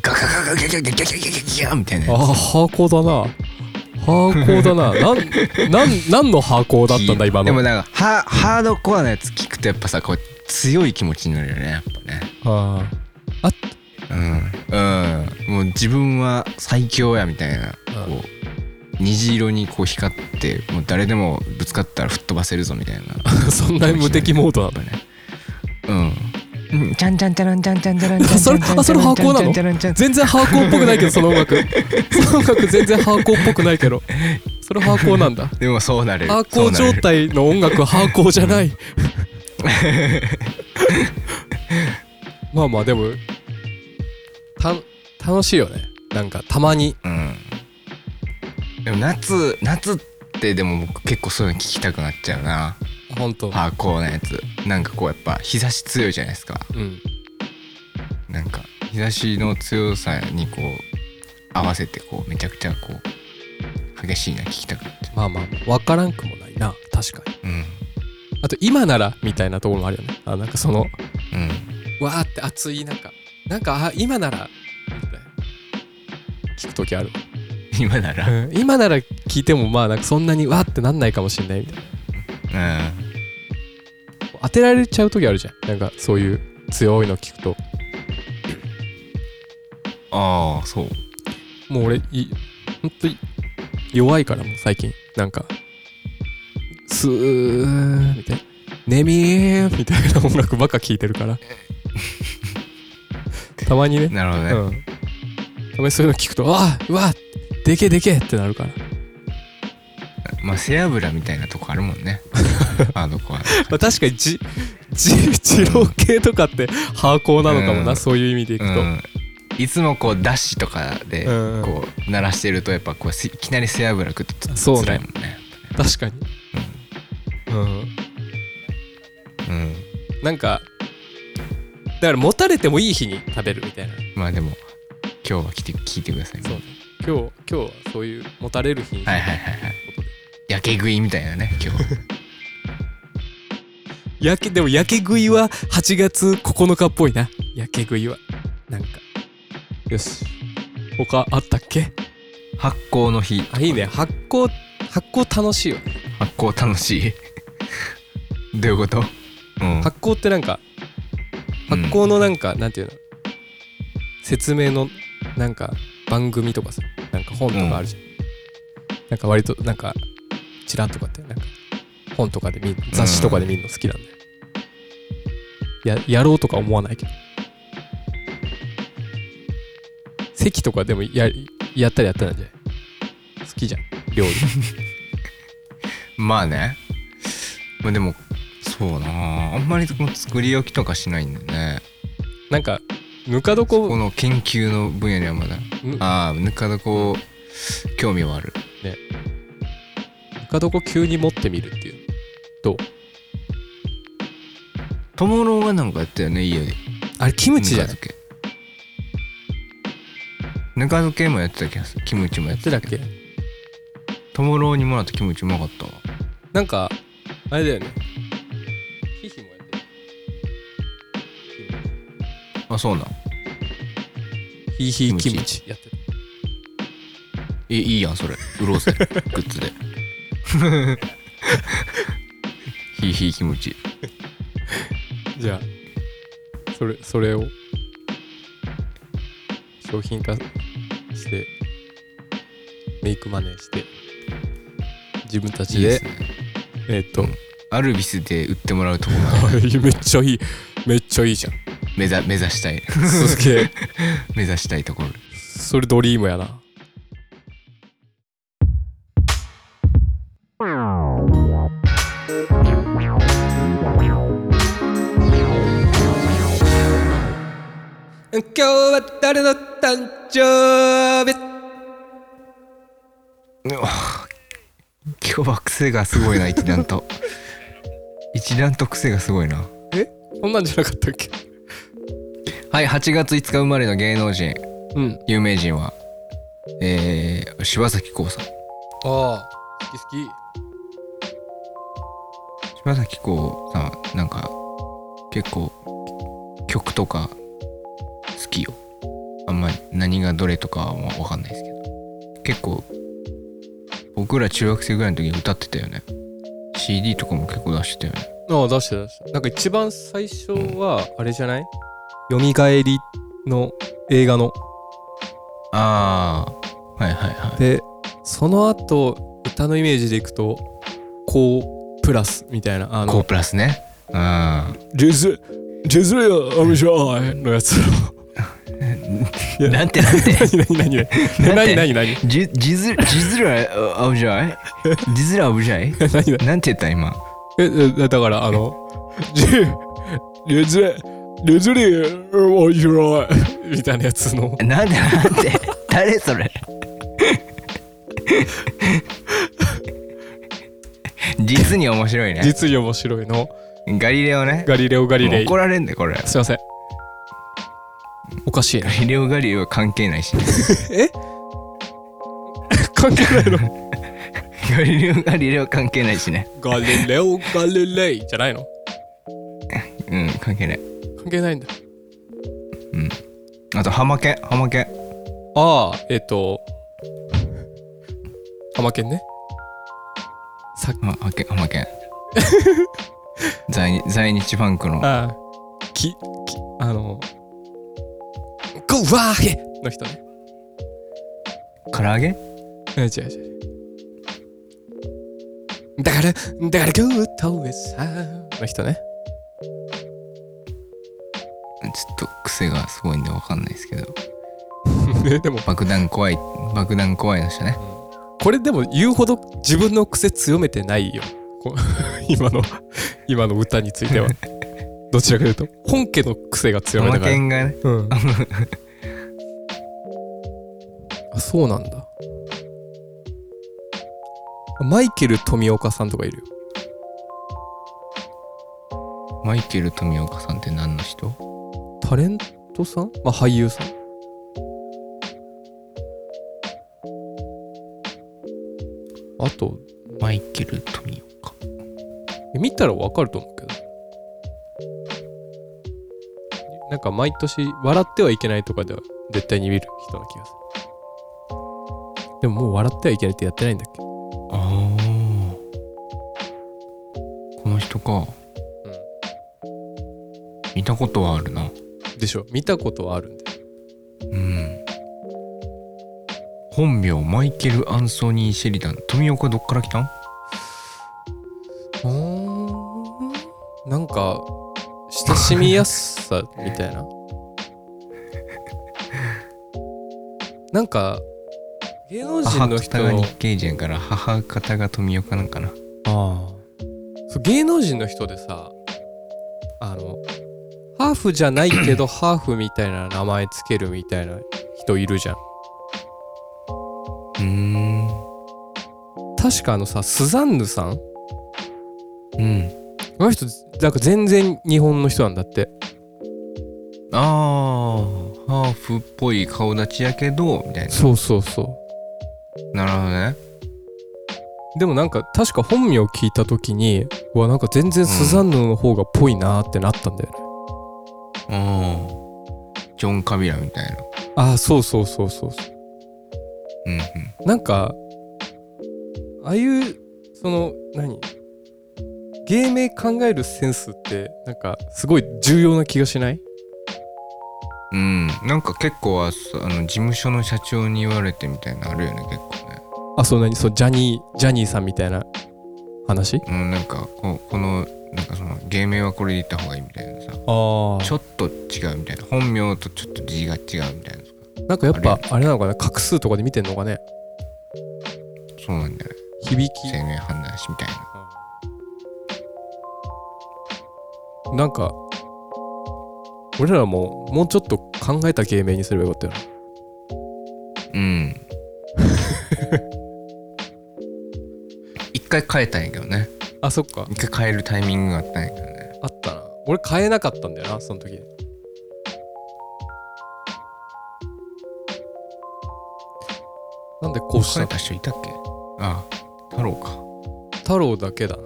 Speaker 2: ガガガガガガガガガガガガみたいな
Speaker 1: あー
Speaker 2: や
Speaker 1: ハーコーだなハーコーだななんなんなんのハーコー
Speaker 2: つ
Speaker 1: だったん
Speaker 2: [laughs]
Speaker 1: だ今の
Speaker 2: でもなんかハハードコアなやつ聞くとやっぱさこう強い気持ちになるよねやっ
Speaker 1: あ
Speaker 2: ぱねうんうんもう自分は最強やみたいな
Speaker 1: うん
Speaker 2: こう虹色にこう光ってもう誰でもぶつかったら吹っ飛ばせるぞみたいな
Speaker 1: あ [laughs] そんな無敵モードなの
Speaker 2: うん。うん。ちゃんちゃんちゃらんちゃんちゃんちゃらん。 [laughs]
Speaker 1: それあそれハーコーなの全然ハーコーっぽくないけどその音 [laughs] 楽その音楽全然ハーコーっぽくないけどそれハーコーなんだ
Speaker 2: でもそうなる。
Speaker 1: ハーコー
Speaker 2: そうな
Speaker 1: 状
Speaker 2: る
Speaker 1: 態の音楽はハーコーじゃないまあまあでもた楽しいよねなんかたまに
Speaker 2: うん。でも夏夏ってでも僕結構そういうの聞きたくなっちゃうな。
Speaker 1: 本当
Speaker 2: ハーコーなやつ。なんかこうやっぱ日差し強いじゃないですか。
Speaker 1: うん
Speaker 2: なんか日差しの強さにこう合わせてこうめちゃくちゃこう激しいな聞きたくなっちゃ
Speaker 1: まあまあ分からんくもないな確かに
Speaker 2: う。うん。
Speaker 1: あと今ならみたいなところもあるよねあなんかその
Speaker 2: うん。
Speaker 1: わーって熱いなんかなんかあ今ならみたいな聞く時ある
Speaker 2: 今なら
Speaker 1: うん今なら聞いてもまあなんかそんなにわーってなんないかもしれないみたいな
Speaker 2: うん
Speaker 1: 当てられちゃう時あるじゃんなんかそういう強いの聞くと
Speaker 2: ああそう
Speaker 1: もう俺いほんとに弱いからもう最近なんかスーみたいな「ねみー」みたいな音楽ばっか聞いてる
Speaker 2: [laughs]
Speaker 1: からたまにね
Speaker 2: なるほどね、
Speaker 1: うんたまにそういうの聞くと「あうわでけでけ!」ってなるから
Speaker 2: まあ背脂みたいなとこあるも
Speaker 1: [laughs]
Speaker 2: んねあの子は
Speaker 1: まあ、確かにじじ [laughs] 二郎系とかってハーコーなのかもな、
Speaker 2: うん
Speaker 1: そういう意味でいくと、
Speaker 2: うん、いつもこうダッシュとかで
Speaker 1: うん
Speaker 2: こう鳴らしてるとやっぱこうせいきなり背脂くっと
Speaker 1: そうね
Speaker 2: 辛いもんね
Speaker 1: 確かに、うん、
Speaker 2: うん
Speaker 1: なんかだから持たれてもいい日に食べるみたいな
Speaker 2: まあでも今日は来て聞いてください
Speaker 1: そうね今日今日はそういう持たれる日に
Speaker 2: はいはいはいはいやけ食いみたいなね今
Speaker 1: [laughs]
Speaker 2: 日
Speaker 1: やけでもやけ食いは8月9日っぽいなやけ食いはなんかよし他あったっけ
Speaker 2: 発酵の日
Speaker 1: あいいね発酵発酵楽しいよね
Speaker 2: 発酵楽しいどういうこと、うん、
Speaker 1: 発酵ってなんか発酵のなんか、なんていうの説明のなんか番組とかさなんか本とかあるじゃん、なんか割となんかチラッとかってなんか本とかで見る雑誌とかで見るの好きなんだよ、ややろうとか思わないけど席とかでもややったりやったらじゃない好きじゃん料理
Speaker 2: まあねまあでもそうなああんまりこの作り置きとかしないんだよね
Speaker 1: なんかぬか
Speaker 2: こ
Speaker 1: 床
Speaker 2: この研究の分野にはまだ
Speaker 1: ぬ
Speaker 2: ああぬか床興味はある
Speaker 1: ぬか床急に持ってみるっていう
Speaker 2: 友郎がなんかやったよね家で
Speaker 1: あれキムチじゃ
Speaker 2: ぬ
Speaker 1: ない
Speaker 2: か漬けぬか漬けもやってた気がするキムチもや
Speaker 1: や
Speaker 2: っ
Speaker 1: って
Speaker 2: て
Speaker 1: たったけ
Speaker 2: ど友郎にもらったキムチうまかったわ
Speaker 1: なんかあれだよねヒヒもやってる
Speaker 2: あそうなん
Speaker 1: ヒヒ
Speaker 2: キ
Speaker 1: キ
Speaker 2: ム
Speaker 1: ムチやってる
Speaker 2: えいいやんそれ売ろ
Speaker 1: [laughs]
Speaker 2: うぜグッズでひいひいキムチ
Speaker 1: じゃあそれそれを商品化してメイクマネーして自分たち
Speaker 2: いい
Speaker 1: で
Speaker 2: ですね
Speaker 1: えーっと [laughs]
Speaker 2: アルビスで売ってもらうとこまで
Speaker 1: めっちゃいいめっちゃいいじゃ [laughs] ん
Speaker 2: 目指目
Speaker 1: [laughs]
Speaker 2: 指したい
Speaker 1: すげえ
Speaker 2: 目指したいところ
Speaker 1: それドリームやな今日は誰の誕生日
Speaker 2: [laughs] 今日は癖がすごいな一段と [laughs] 一段と癖がすごいな
Speaker 1: こんなんじゃなかったっけ
Speaker 2: はい8月5日生まれの芸能人
Speaker 1: うん
Speaker 2: 有名人はえー、柴咲コウさん
Speaker 1: ああ好き好き
Speaker 2: 柴咲コウさんなんか結構曲とか好きよあんまり何がどれとかは分かんないですけど結構僕ら中学生ぐらいの時に歌ってたよね CD とかも結構出してたよね
Speaker 1: ああ出して出してなんか一番最初はあれじゃないよみがえりの映画の
Speaker 2: ああはいはいはい
Speaker 1: でその後歌のイメージでいくとこうプラスみたいなあ
Speaker 2: コ
Speaker 1: の
Speaker 2: ープラスねうん
Speaker 1: 「ジェズジェズレアアミシャイ」のやついや
Speaker 2: なんてなんて
Speaker 1: 何何何何何何何何
Speaker 2: [laughs] じじずじずらあぶじゃいじずらあぶじゃい
Speaker 1: 何
Speaker 2: なんて言った今
Speaker 1: ええだからあの「ジェジェズレジェズレアミシャイ」みたいなやつの
Speaker 2: なんでなんで誰それ実に面白いね
Speaker 1: 実に面白いの
Speaker 2: ガリレオね
Speaker 1: ガリレオ・ガリレイ
Speaker 2: 怒られんでこれガ
Speaker 1: すいませんおかしいな
Speaker 2: リレオガリレオは関係ないし、
Speaker 1: 関係ないの
Speaker 2: ガリレオガリレオは関係ないしね
Speaker 1: ガリレオ・ガリレイじゃないの
Speaker 2: うん関係ない
Speaker 1: 関係ないんだ
Speaker 2: あとハマケハマケ
Speaker 1: ああえっ、と浜県ねさ
Speaker 2: ああけ浜 [laughs] 県在日在日ファンクの
Speaker 1: ああききあの「ゴーワーヘ!」の人ね
Speaker 2: 唐揚げ
Speaker 1: え違う違うだからだからグーとウさの人ね
Speaker 2: ちょっと癖がすごいんでわかんないですけど
Speaker 1: ね [laughs] でも
Speaker 2: 爆弾怖い爆弾怖いの人ね
Speaker 1: これでも言うほど自分の癖強めてないよこ今の今の歌につい [laughs] てはどちらかというと本家の癖が強め
Speaker 2: 浜
Speaker 1: だから、
Speaker 2: 県がね
Speaker 1: うん、 [laughs] あそうなんだマイケル富岡さんとかいるよ
Speaker 2: マイケル富岡さんって何の人
Speaker 1: タレントさんまあ俳優さんあと
Speaker 2: マイケル富岡
Speaker 1: 見たらわかると思うけどなんか毎年「笑ってはいけない」とかでは絶対に見る人な気がするでももう「笑ってはいけない」ってやってないんだっけ
Speaker 2: ああこの人か見たことはあるな
Speaker 1: でしょ見たことはあるんで
Speaker 2: うん本名マイケル・アンソニー・シェリダン富岡どっから来たん
Speaker 1: なんか親しみやすさみたい [laughs] ななんか芸能人
Speaker 2: 母
Speaker 1: の人
Speaker 2: 方が日系人やから母方が富岡なんかな
Speaker 1: ああそう芸能人の人でさあのハーフじゃないけ [coughs] どハーフみたいな名前つけるみたいな人いるじゃん
Speaker 2: うーん
Speaker 1: 確かあのさスザンヌさん
Speaker 2: うん
Speaker 1: あの人なんか全然日本の人なんだって
Speaker 2: ああハーフっぽい顔立ちやけどみたい
Speaker 1: そうそうそ
Speaker 2: ななるほどね
Speaker 1: うでもなんか確か本名聞いた時にうわなんか全然スザンヌの方がぽいなーってなったんだよね、
Speaker 2: うんジョン・カビラみたいな
Speaker 1: ああそうそうそうそうそう
Speaker 2: うんうん
Speaker 1: なんかああいうその何芸名考えるセンスってなんかすごい重要な気がしない
Speaker 2: うん、なんか結構はそあの事務所の社長に言われてみたいなのあるよね結構ね、
Speaker 1: あそう何そうジャニージャニーさんみたいな話
Speaker 2: うん、なんかここのなんかその芸名はこれで言った方がいいみたいなさ
Speaker 1: あ
Speaker 2: ちょっと違うみたいな本名とちょっと字が違うみたいな
Speaker 1: なんかやっ
Speaker 2: あ
Speaker 1: ぱ
Speaker 2: れ
Speaker 1: あれなのかな画数とかで見てんのかね
Speaker 2: そうなんだよね
Speaker 1: 響
Speaker 2: 生命判断しみたいな
Speaker 1: きなんか俺らももうちょっと考えた芸名にすればよかったよね
Speaker 2: [laughs] うん一回変えたんやけどね
Speaker 1: あそっか
Speaker 2: 一回変えるタイミングがあったんやけどね
Speaker 1: あったな俺変えなかったんだよなその時なんでこうし
Speaker 2: 変
Speaker 1: た
Speaker 2: えた人いたっけああ太郎か
Speaker 1: 太郎だけだな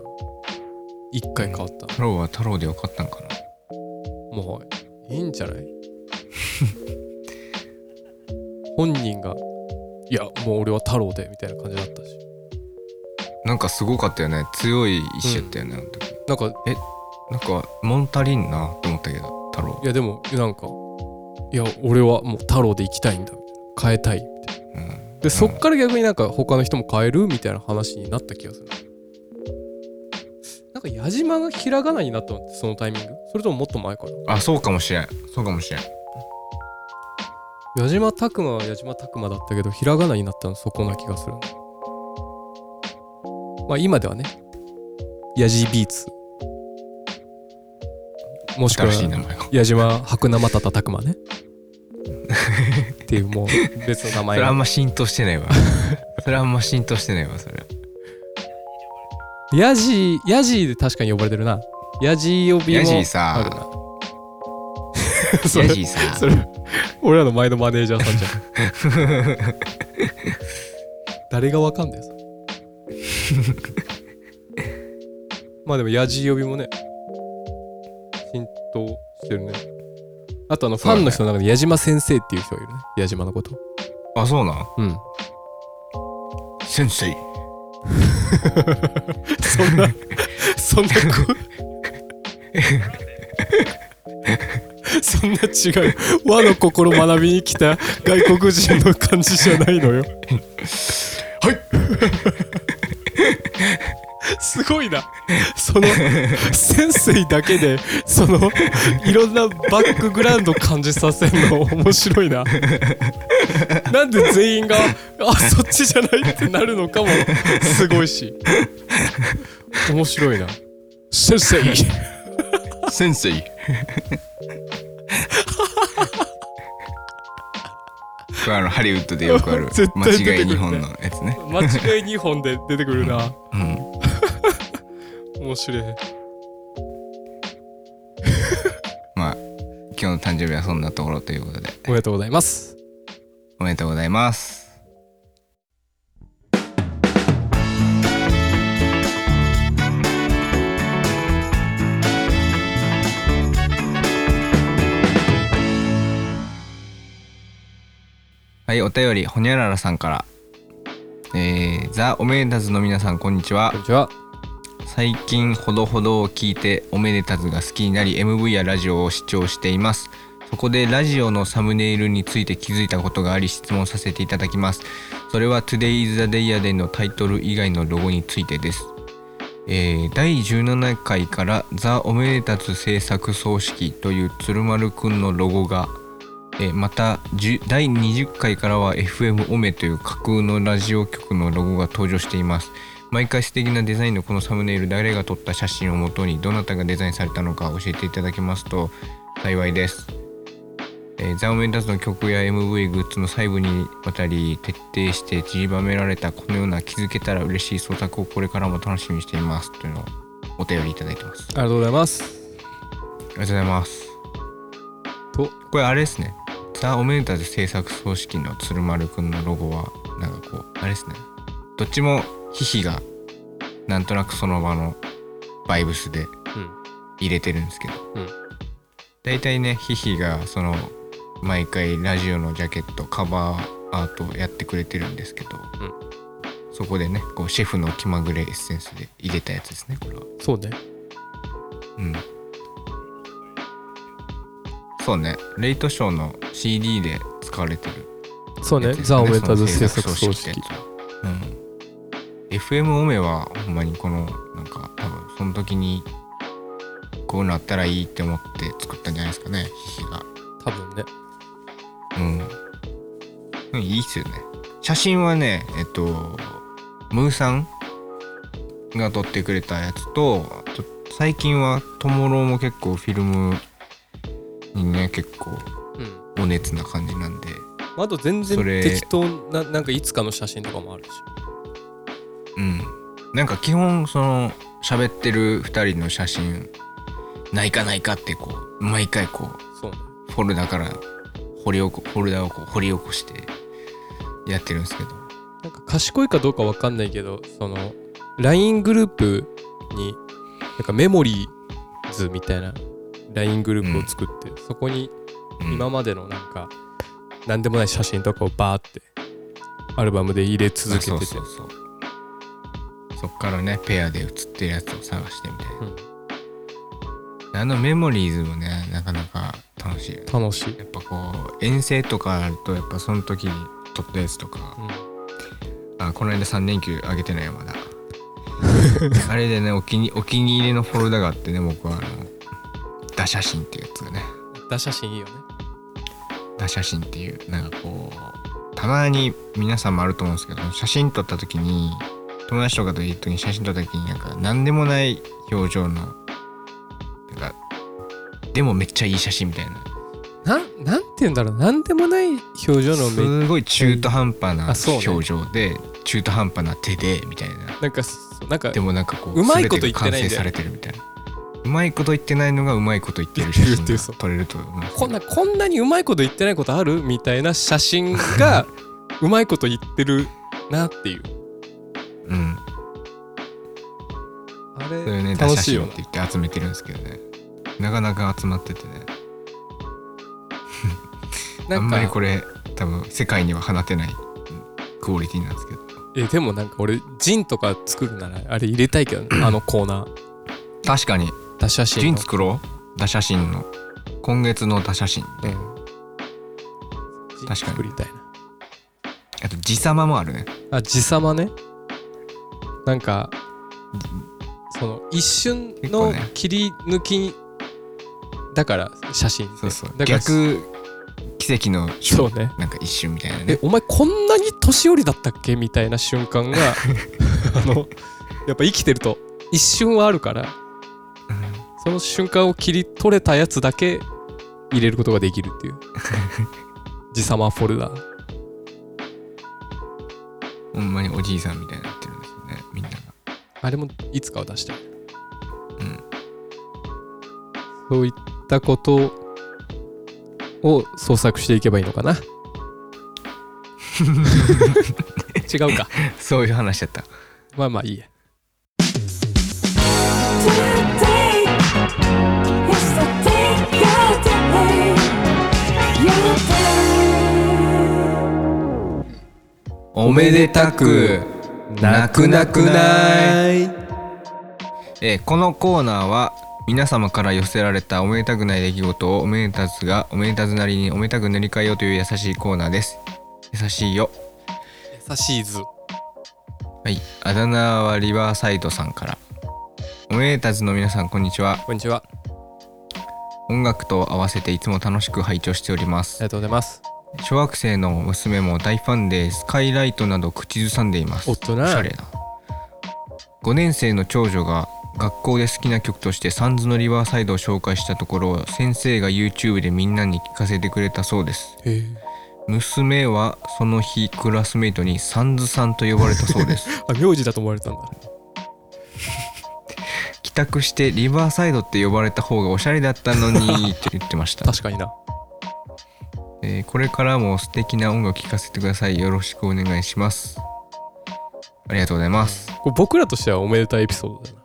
Speaker 1: 一回変わった、
Speaker 2: 太郎は太郎でよかったんかな
Speaker 1: もういいんじゃ [laughs] ない本人が「いやもう俺は太郎で」みたいな感じだったし
Speaker 2: なんかすごかったよね強い意志やったよね、あの時
Speaker 1: なんか
Speaker 2: なんか物足りんなって思ったけど太郎
Speaker 1: いやでもなんかいや俺はもう太郎で生きたいんだ変えたいみたいな
Speaker 2: うん
Speaker 1: でそっから逆になんか他の人も変えるみたいな話になった気がするなんか矢島がひらがなになったのってそのタイミングそれとももっと前から
Speaker 2: あそうかもしれんそうかもしれん
Speaker 1: 矢島拓馬は矢島拓馬だったけどひらがなになったのそこな気がするまあ今ではね矢島ビーツもしくは
Speaker 2: 新しい名前が
Speaker 1: 矢島白生たた拓馬ねっていうもう別の名
Speaker 2: そ
Speaker 1: 前
Speaker 2: れあん
Speaker 1: が
Speaker 2: ま浸透して [laughs] ないわそれあんま浸透してないわそれ
Speaker 1: ヤジヤジで確かに呼ばれてるなヤジ呼びも
Speaker 2: ヤジー
Speaker 1: あ
Speaker 2: さ
Speaker 1: る
Speaker 2: あ [laughs]
Speaker 1: なそ
Speaker 2: ヤ
Speaker 1: れ
Speaker 2: ジーさ
Speaker 1: それ俺らの前のマネージャーさんじゃん
Speaker 2: [laughs]
Speaker 1: 誰がわかんだよそれまあでもヤジ呼びもね浸透してるねあとあのファンの人の中で矢島先生っていう人がいるね矢島のこと
Speaker 2: あそうなん
Speaker 1: うん
Speaker 2: 先生
Speaker 1: そんな [laughs] そんなこそんな違う和の心学びに来た外国人の感じじゃないのよはいすごいなその先生だけでそのいろんなバックグラウンド感じさせるの面白いななんで全員があそっちじゃないってなるのかもすごいし面白いな先生
Speaker 2: 先生 [laughs] これあのハリウッドでよくある
Speaker 1: 絶
Speaker 2: 間
Speaker 1: 対出てくる
Speaker 2: 違い日本のやつね
Speaker 1: 間違い2本で出てくるな
Speaker 2: うん
Speaker 1: 面白い
Speaker 2: まあ今日の誕生日はそんなところということで
Speaker 1: おめでとうございます
Speaker 2: おめでとうございますはいお便りほにゃららさんからえー、ザ・おめでたずの皆さんこんにちは
Speaker 1: こんにちは
Speaker 2: 最近ほどほどを聞いておめでたずが好きになり MV やラジオを視聴していますそこでラジオのサムネイルについて気づいたことがあり質問させていただきますそれは Today is the day やでのタイトル以外のロゴについてですえー第17回からザ・おめでたつ制作総指揮という鶴丸くんのロゴが、えーまた10第20回からは FM おめという架空のラジオ局のロゴが登場しています毎回素敵なデザインのこのサムネイル誰が撮った写真をもとにどなたがデザインされたのか教えていただけますと幸いです、えーザ・オメンタスの曲や MV グッズの細部にわたり徹底して散りばめられたこのような気づけたら嬉しい創作をこれからも楽しみにしていますというのをお便りいただいてますあ
Speaker 1: ありがとうございます
Speaker 2: りがとうございます
Speaker 1: と
Speaker 2: これあれですねザ・オメンタズ制作総指揮の鶴丸くんのロゴはなんかこうあれですねどっちもヒヒがなんとなくその場のバイブスで
Speaker 1: うん
Speaker 2: 入れてるんですけど、
Speaker 1: うん
Speaker 2: 大体ねヒヒがその毎回ラジオのジャケットカバーアートやってくれてるんですけど、
Speaker 1: ん
Speaker 2: そこでねこうシェフの気まぐれエッセンスで入れたやつですねこれは
Speaker 1: そうね
Speaker 2: うんそうねレイトショーの CD で使われてる
Speaker 1: そうねザ・オメタズ制作組
Speaker 2: って
Speaker 1: 織
Speaker 2: やつはうん FM オメはほんまにこのなんか多分その時にこうなったらいいって思って作ったんじゃないですかねヒヒが
Speaker 1: 多分ね
Speaker 2: うん、うん、いいっすよね写真はねえっとムーさんが撮ってくれたやつとちょっと最近はトモローも結構フィルムにね結構
Speaker 1: うん
Speaker 2: お熱な感じなんで
Speaker 1: まああと全然
Speaker 2: それ
Speaker 1: 適当ななんかいつかの写真とかもあるし
Speaker 2: うんなんか基本その喋ってる2人の写真ないかないかってこう毎回こう
Speaker 1: そうね
Speaker 2: フォルダから掘り起こフォルダをこう掘り起こしてやってるんですけど
Speaker 1: なんか賢いかどうかわかんないけどその LINE グループになんかメモリーズみたいな LINE グループを作って、そこに
Speaker 2: うん
Speaker 1: 今までのなんか何でもない写真とかをバーってアルバムで入れ続けてて
Speaker 2: あそうそうそうそっからねペアで写ってるやつを探してみたいなあのメモリーズもねなかなか楽しいよね
Speaker 1: うん楽しい、
Speaker 2: やっぱこう遠征とかあるとやっぱその時に撮ったやつとか、あこの間3連休あげてないよまだ
Speaker 1: [laughs]
Speaker 2: あれでねお気にお気に入りのフォルダがあってね僕はあの「打写真」っていうやつがね
Speaker 1: だ写真いいよね
Speaker 2: 打写真っていうなんかこうたまに皆さんもあると思うんですけど写真撮った時に友達とかといる時に写真撮った時になんか何でもない表情のなんかでもめっちゃいい写真みたいな
Speaker 1: なんなんて言うんだろう何でもない表情のめ
Speaker 2: すごい中途半端な
Speaker 1: あそうね
Speaker 2: 表情で中途半端な手でみたいな
Speaker 1: なんかそうなんか
Speaker 2: でもなんかこう
Speaker 1: うまいこと言ってないんだよ
Speaker 2: 全てが完成されてるみたいなうまいこと言ってないのがうまいこと言ってる写
Speaker 1: 言ってる
Speaker 2: 真
Speaker 1: ってそう
Speaker 2: が撮れると思うんですけど
Speaker 1: こんなこんなにうまいこと言ってないことあるみたいな写真
Speaker 2: [laughs]
Speaker 1: がうまいこと言ってるなっていう
Speaker 2: うん
Speaker 1: あ
Speaker 2: それを
Speaker 1: れ、
Speaker 2: ね、
Speaker 1: 楽しいよ
Speaker 2: 出写真って言って集めてるんですけどね。なかなか集まっててね。
Speaker 1: な
Speaker 2: あ
Speaker 1: なん
Speaker 2: んまり
Speaker 1: か
Speaker 2: これ、多分世界には放てないうんクオリティなんですけど。
Speaker 1: えでもなんか俺ジンとか作るならあれ入れたいけど、ね、
Speaker 2: [clears throat]
Speaker 1: あのコーナー
Speaker 2: 確かに
Speaker 1: 打写真
Speaker 2: ジン
Speaker 1: の
Speaker 2: 作ろう打写真の今月の打写真
Speaker 1: うんジン
Speaker 2: 確かに
Speaker 1: 作りたいな
Speaker 2: あと地様もあるね
Speaker 1: あ地様ねなんかその一瞬
Speaker 2: 結構
Speaker 1: の
Speaker 2: ね
Speaker 1: 切り抜きだから写真って
Speaker 2: そうそう
Speaker 1: だから
Speaker 2: 逆奇跡の瞬
Speaker 1: そうね
Speaker 2: なんか一瞬みたいな
Speaker 1: え
Speaker 2: ね
Speaker 1: お前こんなに年寄りだったっけみたいな瞬間
Speaker 2: [laughs]
Speaker 1: があのやっぱ生きてると一瞬はあるから
Speaker 2: うん
Speaker 1: その瞬間を切り取れたやつだけ入れることができる
Speaker 2: [laughs]
Speaker 1: っていう地様フォルダー
Speaker 2: ほんまにおじいさんみたいになってるんですよねみんなが
Speaker 1: あれもいつかは出したい
Speaker 2: うん
Speaker 1: そういったことを創作していけばいいのか [laughs] な違うか
Speaker 2: [laughs] そういう話だった
Speaker 1: まあまあいいや
Speaker 3: Today is the day your day. Your day.
Speaker 2: おめでたくなくなくない、えーこのコーナーは皆様から寄せられたおめでたくない出来事をおめでたつがおめでたつなりにおめでたく塗り替えようという優しいコーナーです優しいよ
Speaker 1: 優しい図
Speaker 2: はいあだ名はリバーサイドさんからおめでたつの皆さんこんにちは
Speaker 1: こんにちはあ
Speaker 2: 音楽と合わせていつも楽しく拝聴しておりま
Speaker 1: り
Speaker 2: す
Speaker 1: がとうございます
Speaker 2: 小学生の娘も大ファンでスカイライトなど口ずさんでいます
Speaker 1: おっとね
Speaker 2: おしゃれな5年生の長女が学校で好きな曲としてサンズのリバーサイドを紹介したところ先生が YouTube でみんなに聞かせてくれたそうです
Speaker 1: へえ
Speaker 2: 娘はその日クラスメイトにサンズさんと呼ばれたそうです
Speaker 1: あ名字だと思われてたんだ
Speaker 2: 帰宅してリバーサイドって呼ばれた方がおしゃれだったの
Speaker 1: [laughs]
Speaker 2: にって言ってました
Speaker 1: 確かにな
Speaker 2: えーこれからも素敵な音楽聴かせてくださいよろしくお願いしますありがとうございます
Speaker 1: これ僕らとしてはおめでたいエピソードだな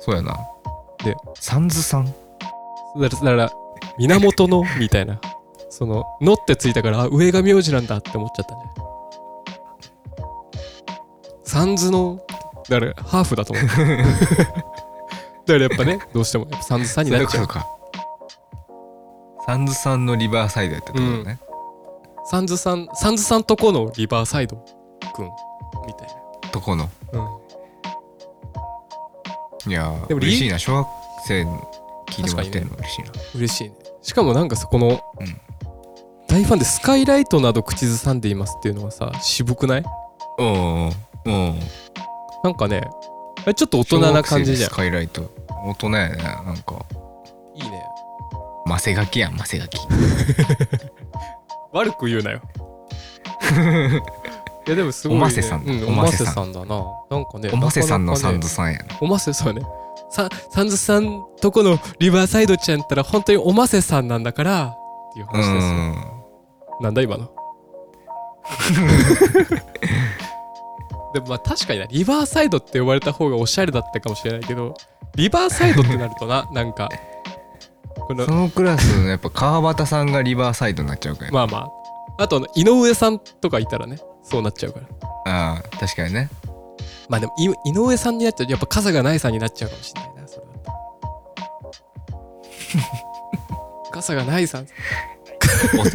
Speaker 2: そうやな
Speaker 1: で
Speaker 2: サンズさん
Speaker 1: だからだから源のみたいなその「の」ってついたからあ上が名字なんだって思っちゃったんじゃないサンズのだからハーフだと思
Speaker 2: [laughs]
Speaker 1: うだからやっぱねどうしてもやっぱサンズさんになっちゃう
Speaker 2: かサンズさんのリバーサイドやったってことね、
Speaker 1: サンズさんサンズさんとこのリバーサイドくんみたい
Speaker 2: とこの
Speaker 1: な、うん、
Speaker 2: いやー
Speaker 1: でも理
Speaker 2: 嬉しいな小学生に聞いてもらってるの嬉しいな、
Speaker 1: 嬉しいねしかもなんかさこの、
Speaker 2: うん
Speaker 1: 大ファンで「スカイライトなど口ずさんでいます」っていうのはさ渋くない
Speaker 2: おうおうおう
Speaker 1: なんかねえちょっと大人な感じじゃん
Speaker 2: 小学生でスカイライト大人やねなんか
Speaker 1: いいね
Speaker 2: マセガキやんマセガキ
Speaker 1: 悪く言うな
Speaker 2: [laughs]
Speaker 1: よいやでもすごい、ね、
Speaker 2: おませさんだ
Speaker 1: うお
Speaker 2: お
Speaker 1: ま
Speaker 2: ま
Speaker 1: せ
Speaker 2: せ
Speaker 1: さ
Speaker 2: さ
Speaker 1: んだななんかね
Speaker 2: おませさんの
Speaker 1: なか
Speaker 2: サ
Speaker 1: なか
Speaker 2: ン
Speaker 1: ね
Speaker 2: ズさんやな
Speaker 1: おませそうねさサンズさんとこのリバーサイドちゃんったら本当におませさんなんだからっていう話ですよなんだ今
Speaker 2: [laughs]
Speaker 1: のでもまあ確かになリバーサイドって呼ばれた方がおしゃれだったかもしれないけどリバーサイドってなると
Speaker 2: [laughs]
Speaker 1: ななんかこ
Speaker 2: う
Speaker 1: の
Speaker 2: んそのクラスのやっぱ川端さんがリバーサイドになっちゃ
Speaker 1: [laughs]
Speaker 2: うから、
Speaker 1: まあまああと井上さんとかいたらねそうなっちゃうから
Speaker 2: ああ確かにね
Speaker 1: まあでもい井上さんになっちゃうやっぱ笠がないさんになっちゃうかもしれないなそれだ [laughs] と笠がないさん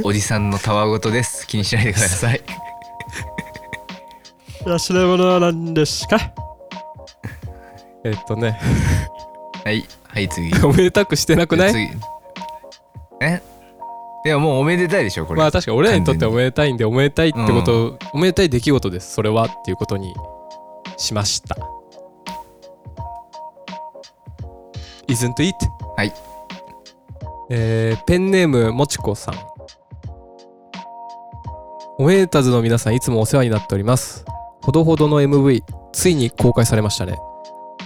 Speaker 2: おおじさんのたわごとです気にしないでく
Speaker 1: [laughs]
Speaker 2: ださい
Speaker 1: しのものは何ですかえっとね [laughs]
Speaker 2: はいはい次
Speaker 1: おめでたくしてなくない
Speaker 2: 次えでももうおめでたいでしょこれ、
Speaker 1: まあ確かに俺らにとってはおめでたいんでおめでたいってこと、おめでたい出来事ですそれはっていうことにしました Isn't it?
Speaker 2: はい
Speaker 1: えーペンネームもちこさんおめでたずの皆さんいつもお世話になっておりますほどほどの MV ついに公開されましたね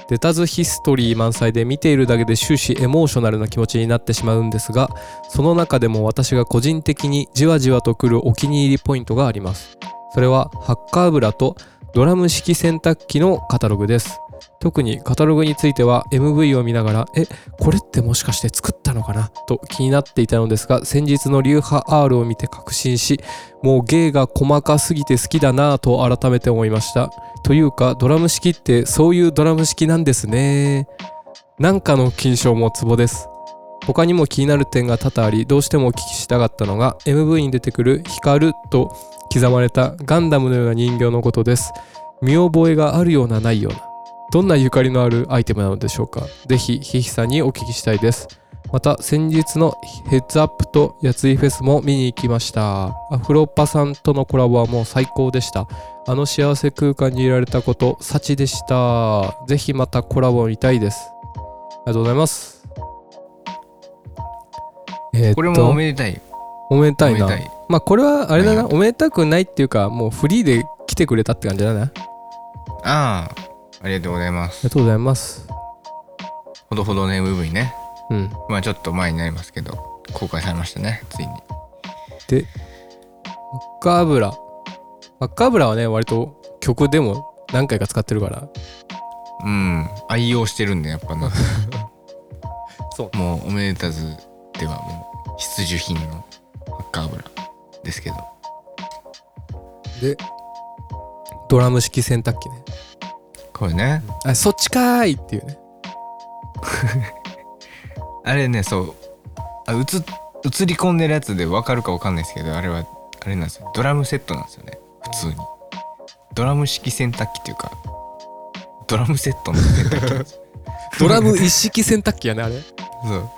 Speaker 1: 出たずヒストリー満載で見ているだけで終始エモーショナルな気持ちになってしまうんですがその中でも私が個人的にじわじわとくるお気に入りポイントがありますそれはハッカー油とドラム式洗濯機のカタログです特にカタログについては MV を見ながら、え、これってもしかして作ったのかなと気になっていたのですが、先日の流派 R を見て確信し、もう芸が細かすぎて好きだなぁと改めて思いました。というか、ドラム式ってそういうドラム式なんですね。なんかの金賞もツボです。他にも気になる点が多々あり、どうしてもお聞きしたかったのが、MV に出てくる光と刻まれたガンダムのような人形のことです。見覚えがあるようなないような。どんなゆかりのあるアイテムなのでしょうかぜひひひさんにお聞きしたいですまた先日のヘッズアップとやついフェスも見に行きましたアフロッパさんとのコラボはもう最高でしたあの幸せ空間にいられたこと幸でしたぜひまたコラボ見たいですありがとうございますえーっと
Speaker 2: これもおめでたい
Speaker 1: おめでたいな
Speaker 2: おめでたい
Speaker 1: まあこれはあれだな
Speaker 2: う
Speaker 1: おめでたくないっていうかもうフリーで来てくれたって感じだなあ
Speaker 2: ああありがとうございます
Speaker 1: りがとうございます
Speaker 2: ほどほどの MV ね
Speaker 1: うん
Speaker 2: まあちょっと前になりますけど公開されましたねついに
Speaker 1: でマッカーブラマッカーブラはね割と曲でも何回か使ってるから
Speaker 2: うん愛用してるんでやっぱな
Speaker 1: [laughs] そう
Speaker 2: もうおめでたずではもう必需品のハッカー油ですけど
Speaker 1: でドラム式洗濯機ね
Speaker 2: これね
Speaker 1: あそっちかーいっていうね
Speaker 2: あれねそうあ映映り込んでるやつで分かるか分かんないですけどあれはあれなんですよドラムセットなんですよね普通にドラム式洗濯機っていうかドラムセットの洗濯機なんですよ
Speaker 1: [laughs] ドラム一式洗濯機やねあ [laughs] れ
Speaker 2: そう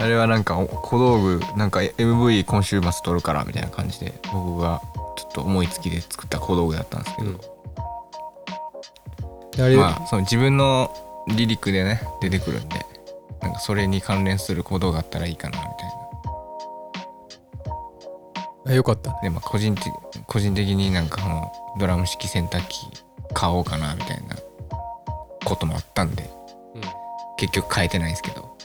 Speaker 2: あれはなんかお小道具なんか MV 今週末撮るからみたいな感じで僕がちょっと思いつきで作った小道具だったんですけど、
Speaker 1: うんであれ、
Speaker 2: まあその自分のリリックでね出てくるんでなんかそれに関連する行動があったらいいかなみたいな
Speaker 1: あよかったね
Speaker 2: でまあ個人的個人的になんかそのドラム式洗濯機買おうかなみたいなこともあったんで、
Speaker 1: うん
Speaker 2: 結局変えてないんですけど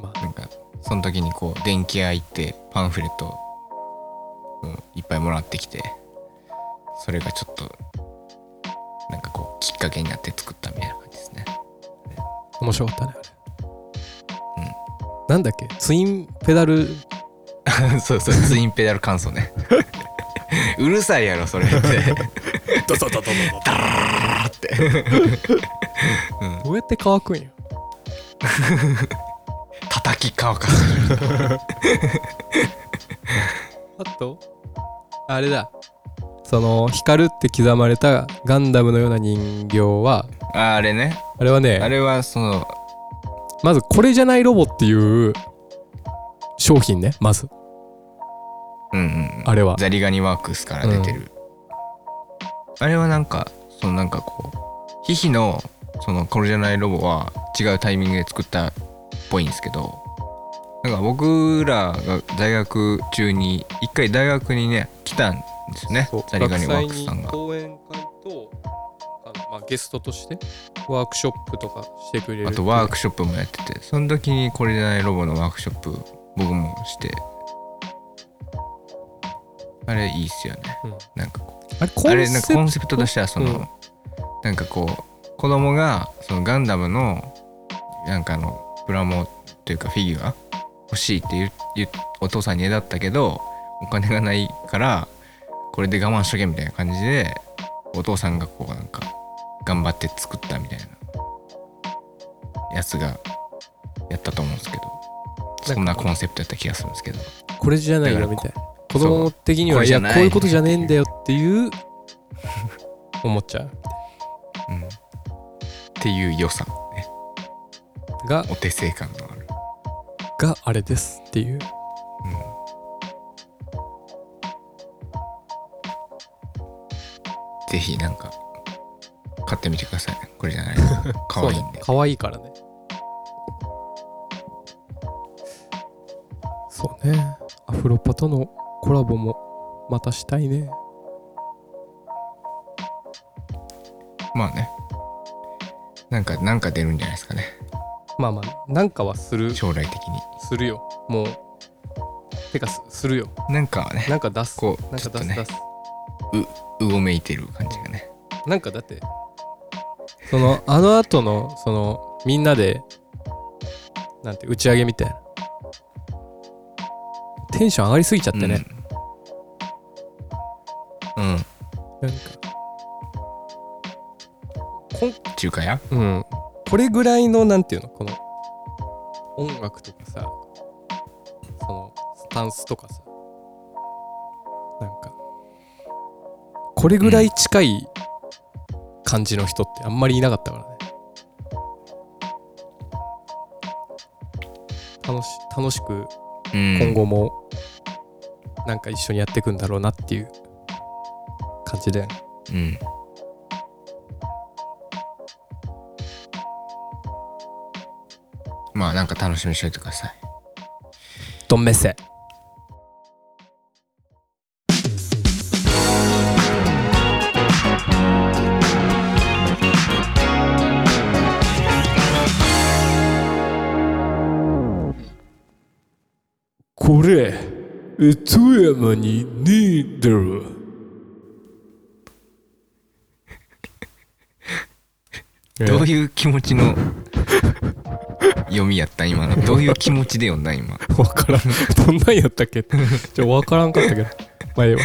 Speaker 1: ま
Speaker 2: なんかその時にこう電気屋行ってパンフレットをいっぱいもらってきてそれがちょっとなんかこうきっかけになって作ったみたいな感じですね
Speaker 1: 面白かったねあれ、なんだっけツインペダル
Speaker 2: そうそうツインペダル乾燥ね [laughs] うるさいやろそれって
Speaker 1: ドドドドドドってどうやって乾くんや
Speaker 2: 叩き乾かす
Speaker 1: あとあれだその光るって刻まれたガンダムのような人形は
Speaker 2: ああれね
Speaker 1: あれはね
Speaker 2: あれはその
Speaker 1: まずこれじゃないロボっていう商品ねまず
Speaker 2: うんうん
Speaker 1: あれは
Speaker 2: ザリガニワークスから出てる、あれはなんかそのなんかこうヒヒのそのこれじゃないロボは違うタイミングで作ったっぽいんですけどなんか僕らが大学中に一回大学にね来たんですよねザリガニワークスさんが
Speaker 1: 講演会とまあ、ゲストとしてワークショップとかしてくれる
Speaker 2: あとワークショップもやっててその時にこれじゃないロボのワークショップ僕もしてあれいいっすよね
Speaker 1: うん
Speaker 2: なんかこう
Speaker 1: あれコ
Speaker 2: あ
Speaker 1: ン
Speaker 2: れなんか
Speaker 1: セ
Speaker 2: コ
Speaker 1: プ
Speaker 2: ンセプトとしてはその、
Speaker 1: うん
Speaker 2: なんかこう子供がそのガンダムのなんかあのプラモというかフィギュア欲しいって言う言うお父さんにねだったけどお金がないからこれで我慢しとけみたいな感じでお父さんがこうなんか頑張って作ったみたいなやつがやったと思うんですけどそんなコンセプトやった気がするんですけど
Speaker 1: トこれじゃないよみたいな子供的に
Speaker 2: こ
Speaker 1: は
Speaker 2: れ
Speaker 1: い
Speaker 2: じ
Speaker 1: や
Speaker 2: ゃ
Speaker 1: こ
Speaker 2: ないう
Speaker 1: いうことじゃねえんだよっていう思っちゃう
Speaker 2: うんっていう良さ、ね、
Speaker 1: が
Speaker 2: お手製感のある。
Speaker 1: があれですっていう
Speaker 2: ぜひなんか買ってみてくださいこれじ
Speaker 1: [laughs]
Speaker 2: ゃない可愛いんで
Speaker 1: そうね可愛いからねそうねアフロパとのコラボもまたしたいね
Speaker 2: まあねなんかなんか出るんじゃないですかね
Speaker 1: まあまあなんかはする
Speaker 2: 将来的に
Speaker 1: するよもうてかすするよ
Speaker 2: なんかはね
Speaker 1: なんか出す
Speaker 2: こう
Speaker 1: なん
Speaker 2: ち
Speaker 1: か
Speaker 2: ょっ
Speaker 1: 出
Speaker 2: と
Speaker 1: す
Speaker 2: ね
Speaker 1: 出す
Speaker 2: うごめいてる感じがね
Speaker 1: なんかだってそのあの後のそのみんなでなんて打ち上げみたいなテンション上がりすぎちゃってね、
Speaker 2: うん、うん、
Speaker 1: なんかこん
Speaker 2: 中華や
Speaker 1: うん、これぐらいのなんていうのこの音楽とかさそのスタンスとかさなんかこれぐらい近い感じの人ってあんまりいなかったからね楽し楽しく
Speaker 2: うん
Speaker 1: 今後もなんか一緒にやっていくんだろうなっていう感じだよね
Speaker 2: うんまあなんか楽しみにしといてください
Speaker 1: ドンメッセこれ富山にねえだろ
Speaker 2: どういう気持ちの読みやった今のどういう気持ちで読んだ今
Speaker 1: [laughs] わからん。どんなんやったっけちょ、わからんかったけど。まあいいわ。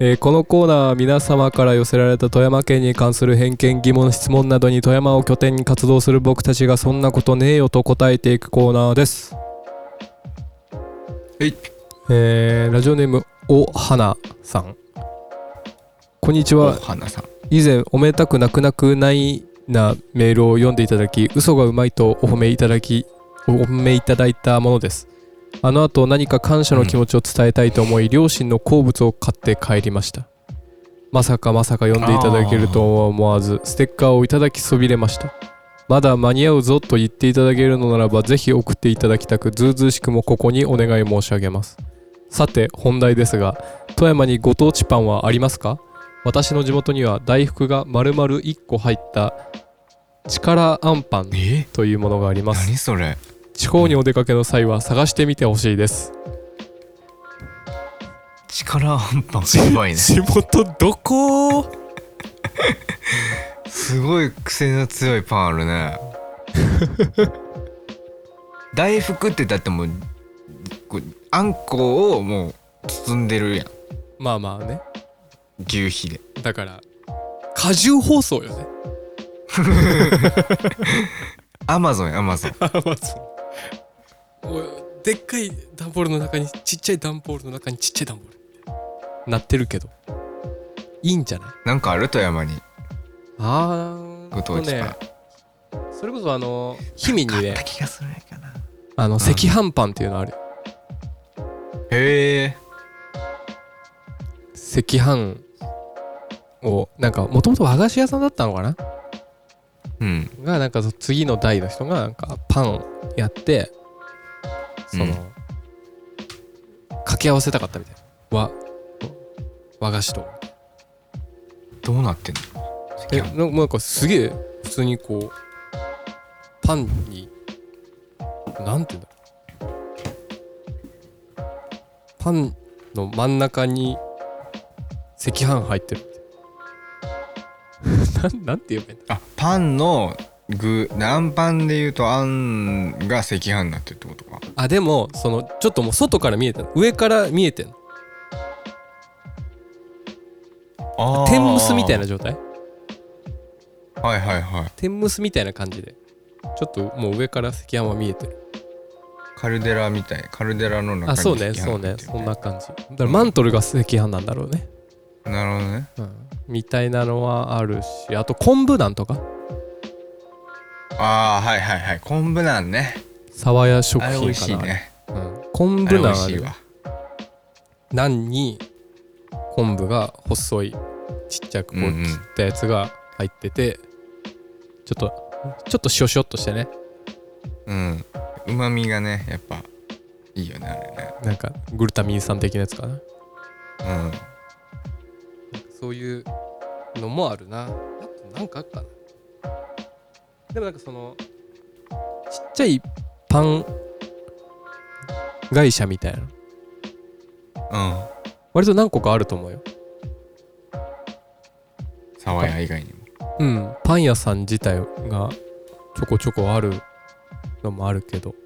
Speaker 1: えーこのコーナーは皆様から寄せられた富山県に関する偏見疑問質問などに富山を拠点に活動する僕たちがそんなことねえよと答えていくコーナーです、
Speaker 2: はい
Speaker 1: えーラジオネームおはなさんこんにち
Speaker 2: お
Speaker 1: は
Speaker 2: 花さん
Speaker 1: 以前おめでたくなくなくないなメールを読んでいただき嘘がうまいとお褒めいただきお褒めいただいたものですあの後何か感謝の気持ちを伝えたいと思い、両親の好物を買って帰りましたまさかまさか読んでいただけるとは思わずステッカーをいただきそびれましたまだ間に合うぞと言っていただけるのならばぜひ送っていただきたくずうずうしくもここにお願い申し上げますさて本題ですが富山にご当地パンはありますか私の地元には大福が丸々1個入った力あんパン
Speaker 2: え
Speaker 1: というものがあります
Speaker 2: 何それ
Speaker 1: 地方にお出かけの際は探してみてほしいです
Speaker 2: 力半端やばいね
Speaker 1: 元どこ
Speaker 2: すごい癖の強いパンある [laughs] ね大福ってだってもうこうあんこをもう包んでるやん
Speaker 1: まあまあね
Speaker 2: 牛皮で
Speaker 1: だから果汁包装よね
Speaker 2: アマゾンやアマ [laughs] ゾン
Speaker 1: まずおいでっかい段ボールの中にちっちゃい段ボールの中にちっちゃい段ボールなってるけどいいんじゃない
Speaker 2: なんかある富山に
Speaker 1: ああ
Speaker 2: ご当地パン
Speaker 1: それこそあの氷見に
Speaker 2: 買
Speaker 1: ね
Speaker 2: った気がするんやけどな
Speaker 1: あの赤飯パンっていうのある
Speaker 2: へえ
Speaker 1: 赤飯をなんかもともと和菓子屋さんだったのかな
Speaker 2: うん
Speaker 1: がなんかそ次の代の人がなんかパンやってその、
Speaker 2: うん
Speaker 1: 掛け合わせたかったみたいな和和菓子と
Speaker 2: どうなってんの
Speaker 1: え
Speaker 2: 赤飯
Speaker 1: なんかなんかすげえ普通にこうパンになんて言うんだろうパンの真ん中に赤飯入ってる [laughs] なんなんて言えばいいんだ
Speaker 2: あパンの具何パンで言うとあんが赤飯になってるってことか
Speaker 1: あでもそのちょっともう外から見えてる上から見えてる天むすみたいな状態
Speaker 2: はいはいはい
Speaker 1: 天むすみたいな感じでちょっともう上から赤飯は見えてる
Speaker 2: カルデラみたいカルデラの中に
Speaker 1: あそう
Speaker 2: 赤
Speaker 1: ね
Speaker 2: 飯
Speaker 1: そう
Speaker 2: 入
Speaker 1: ね
Speaker 2: ってる
Speaker 1: そんな感じだからマントルが赤飯なんだろうね
Speaker 2: なるほどね
Speaker 1: うんみたいなのはあるしあと昆布なんとか
Speaker 2: ああはいはいはい昆布なんね
Speaker 1: 沢屋食
Speaker 2: あれ美
Speaker 1: 品
Speaker 2: 味し
Speaker 1: か
Speaker 2: い
Speaker 1: な、
Speaker 2: ね
Speaker 1: うん、昆
Speaker 2: あれ
Speaker 1: 布
Speaker 2: 美
Speaker 1: なん
Speaker 2: 味
Speaker 1: あ
Speaker 2: しい
Speaker 1: る
Speaker 2: わ
Speaker 1: なんに昆布が細いちっちゃくこ
Speaker 2: うんうん
Speaker 1: う切ったやつが入ってて、ちょっとちょっとしょしょっとしてね
Speaker 2: うんうまみがねやっぱいいよねあれね
Speaker 1: なんかグルタミン酸的なやつかな
Speaker 2: うん
Speaker 1: そういうのもあるなあとなんかあったなでもなんかそのちっちゃいパン会社みたいな
Speaker 2: うん
Speaker 1: 割と何個かあると思うよ
Speaker 2: 爽や以外にも
Speaker 1: うん、パン屋さん自体がちょこちょこあるのもあるけど、ちっ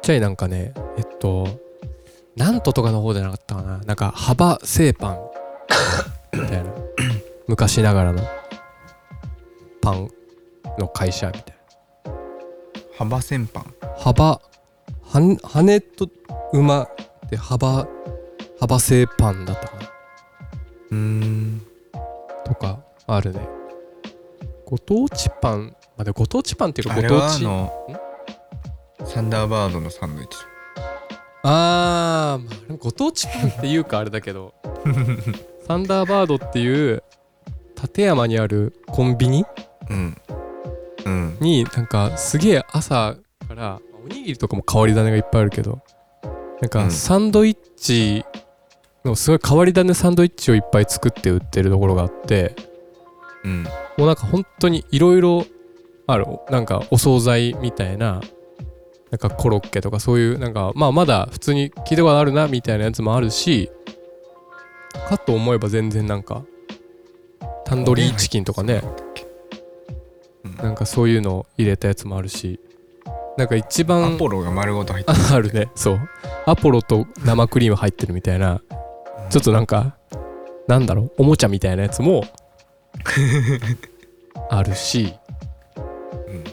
Speaker 1: ちゃいなんかね、えっと、なんととかの方じゃなかったかな。なんか、幅製パ
Speaker 2: [laughs]
Speaker 1: ンみたいな。昔ながらのパンの会社みたい
Speaker 2: 幅千パン
Speaker 1: な。幅、はん羽と馬で幅、幅製パンだったかな。
Speaker 2: うん
Speaker 1: とかあるねご当地パンまあでもご当地パンっていうか
Speaker 2: あ
Speaker 1: ご
Speaker 2: れ
Speaker 1: 当
Speaker 2: はあ
Speaker 1: 地あ
Speaker 2: のサンダーバードのサンドイッチ
Speaker 1: あー、まあでもご当地パンっていうかあれだけ
Speaker 2: [laughs]
Speaker 1: どサンダーバードっていう立山にあるコンビニ
Speaker 2: うんうん
Speaker 1: になんかすげえ朝からおにぎりとかも変わり種がいっぱいあるけどなん
Speaker 2: う
Speaker 1: か
Speaker 2: ん
Speaker 1: サンドイッチのすごい変わり種サンドイッチをいっぱい作って売ってるところがあって
Speaker 2: うん
Speaker 1: もうなんか本当にいろいろあるなんかお惣菜みたいななんかコロッケとかそういうなんかまあまだ普通に聞いたことあるなみたいなやつもあるしかと思えば全然なんかタンドリーチキンとかねなんかそういうのを入れたやつもあるしなんか一
Speaker 2: ア
Speaker 1: 番
Speaker 2: ポロが丸ごと入ってる
Speaker 1: [laughs] ああるねそうアポロと生クリーム入ってるみたいなちょっとなんかなんだろうおもちゃみたいなやつ
Speaker 2: [laughs]
Speaker 1: もあるし
Speaker 2: うん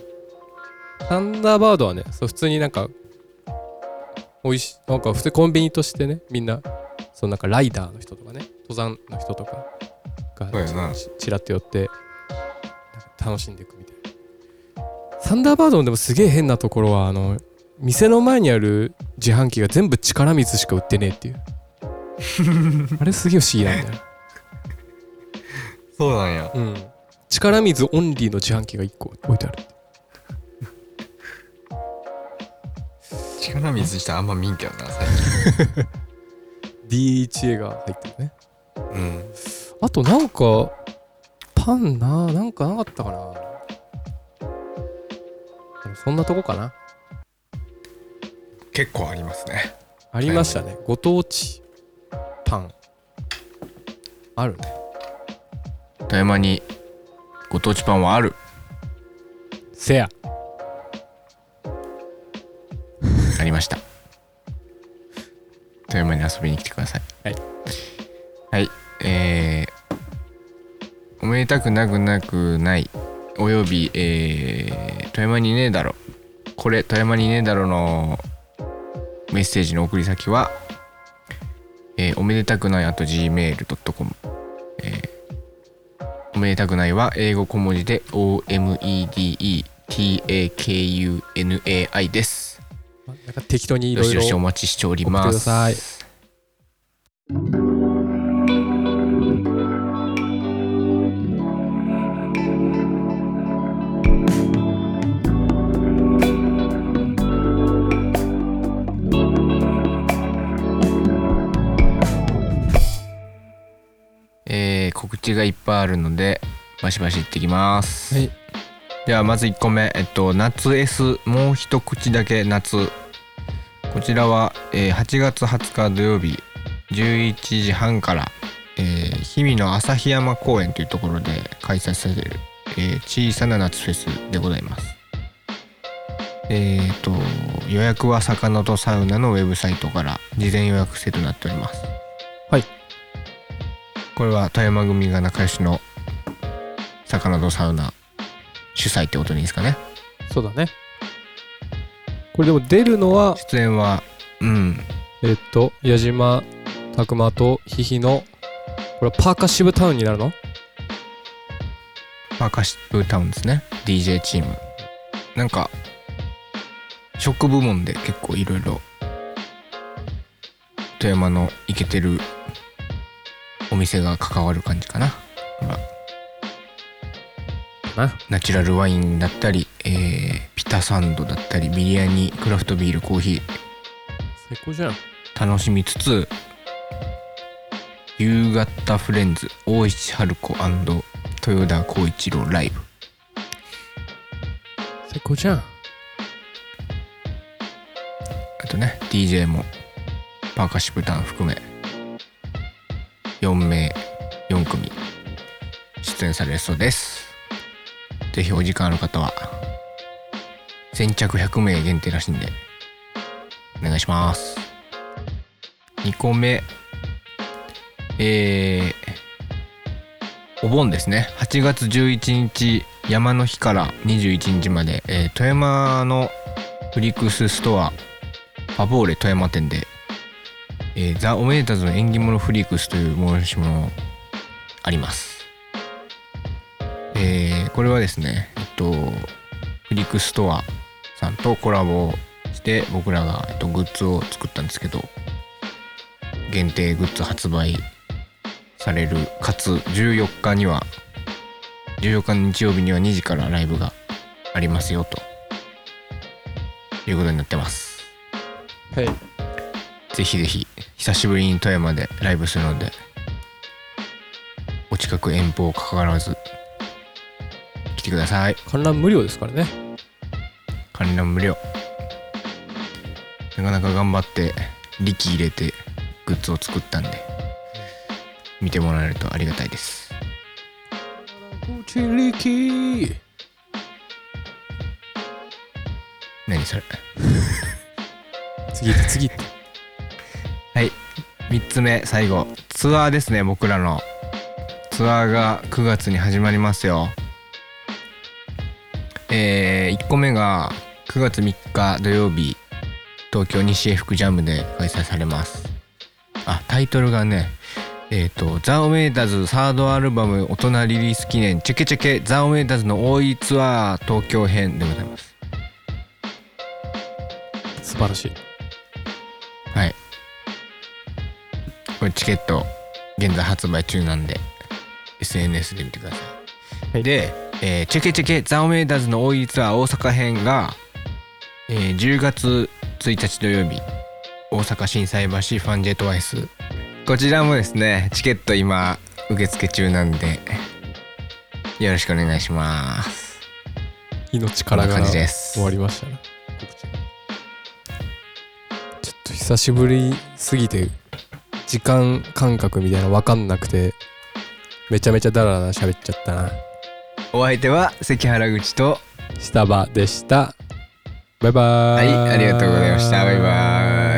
Speaker 1: サンダーバードはね、そう普通になんか、おいしなんか普通コンビニとしてね、みんな、そのなんかライダーの人とかね、登山の人とか
Speaker 2: そうや
Speaker 1: が
Speaker 2: な
Speaker 1: ちちらっと寄って、なんか楽しんでいくみたいな。サンダーバードのでもすげえ変なところは、あの、店の前にある自販機が全部力水しか売ってねえって
Speaker 2: [laughs]
Speaker 1: いう。あれすげえ不思議なんだよ。
Speaker 2: そうなんや
Speaker 1: うん。力水オンリーの自販機が1個置いてある。
Speaker 2: 力水したらあんま見んけどな最
Speaker 1: DHA が入ってるね。
Speaker 2: 近うん
Speaker 1: あとなんかパンななんかなかったかなでもそんなとこかな
Speaker 2: 結構ありますね
Speaker 1: ありましたね、ご当地パンあるね
Speaker 2: 富山にご当地パンはある
Speaker 1: せや
Speaker 2: ありました富山に遊びに来てください
Speaker 1: はい
Speaker 2: はいえー、おめでたくなくなくないおよび、えー、富山にねえだろこれ富山にねえだろのメッセージの送り先は、えーおめでたくないあと gmail.com、えーおめでたくないは英語小文字で OMEDETAKUNAI です
Speaker 1: まなんか適当にい
Speaker 2: ど
Speaker 1: ろ
Speaker 2: し
Speaker 1: い
Speaker 2: ど
Speaker 1: ろ
Speaker 2: しお
Speaker 1: 送って
Speaker 2: 待ちしており
Speaker 1: く
Speaker 2: ま
Speaker 1: だ
Speaker 2: す。
Speaker 1: さい
Speaker 2: えー告知がいっぱいあるので、バシバシ行ってきます。
Speaker 1: はい
Speaker 2: ではまず1個目、えっと、夏 S もう一口だけ夏こちらは、えー8月20日土曜日11時半から、えー氷見の旭山公園というところで開催される、えー小さな夏フェスでございますえっ、と予約は魚とサウナのウェブサイトから事前予約制となっております
Speaker 1: はい
Speaker 2: これは富山組が仲良しの魚とサウナ主催ってことでいいですかね
Speaker 1: そうだねこれでも出るのは
Speaker 2: 出演はうん
Speaker 1: えっと矢島拓磨とひひのこれはパーカッシブタウンになるの
Speaker 2: パーカッシブタウンですね DJ チームなんか食部門で結構いろいろ富山のイケてるお店が関わる感じかなほら
Speaker 1: かな
Speaker 2: ナチュラルワインだったり、えーピタサンドだったりビリヤニクラフトビールコーヒー
Speaker 1: 最高じゃん
Speaker 2: 楽しみつつ夕方フレンズ大石春子豊田浩一郎ライブ
Speaker 1: 最高じゃん
Speaker 2: あとね DJ もパーカッシブターン含め4名4組出演されるそうですぜひお時間ある方は先着100名限定らしいんでお願いします2個目えーお盆ですね8月11日山の日から21日まで、えー富山のフリックスストアパボーレ富山店で、えーザ・オメータズの縁起物フリークスという申し物ありますえーこれはですねえっとフリックストアさんとコラボして僕らが、えっと、グッズを作ったんですけど限定グッズ発売されるかつ14日には14日の日曜日には2時からライブがありますよということになってます
Speaker 1: はい
Speaker 2: ぜひぜひ久しぶりに富山でライブするのでお近く遠方かかわらず来てください
Speaker 1: 観覧無料ですからね
Speaker 2: 観覧無料なかなか頑張って力入れてグッズを作ったんで見てもらえるとありがたいです
Speaker 1: うちりき
Speaker 2: 何それ
Speaker 1: 次行って次行って
Speaker 2: はい3つ目最後ツアーですね僕らのツアーが9月に始まりますよえー、1個目が9月3日土曜日東京西江福ジャムで開催されますあタイトルがねえっ、と「ザ・オメーターズサードアルバム大人リリース記念チェケチェケザ・オメーターズの多いツアー東京編」でございます
Speaker 1: 素晴らしい
Speaker 2: はい。これチケット、現在発売中なんで、SNS で見てください。
Speaker 1: はい
Speaker 2: で、えーチェケチェケザ・オメーダーズの大井ツアー大阪編が、えー10月1日土曜日、大阪心斎橋ファンジェトワイス。こちらもですね、チケット今、受付中なんで、よろしくお願いします。
Speaker 1: 命から
Speaker 2: こん
Speaker 1: が
Speaker 2: な感じです
Speaker 1: 終わりましたねちょっと久しぶりすぎて時間感覚みたいなの分かんなくてめちゃめちゃダラダラ喋っちゃったな
Speaker 2: お相手は関原口と、
Speaker 1: 下場でしたバイバ
Speaker 2: は
Speaker 1: ーイ
Speaker 2: い、ありがとうございました。バイバーイ。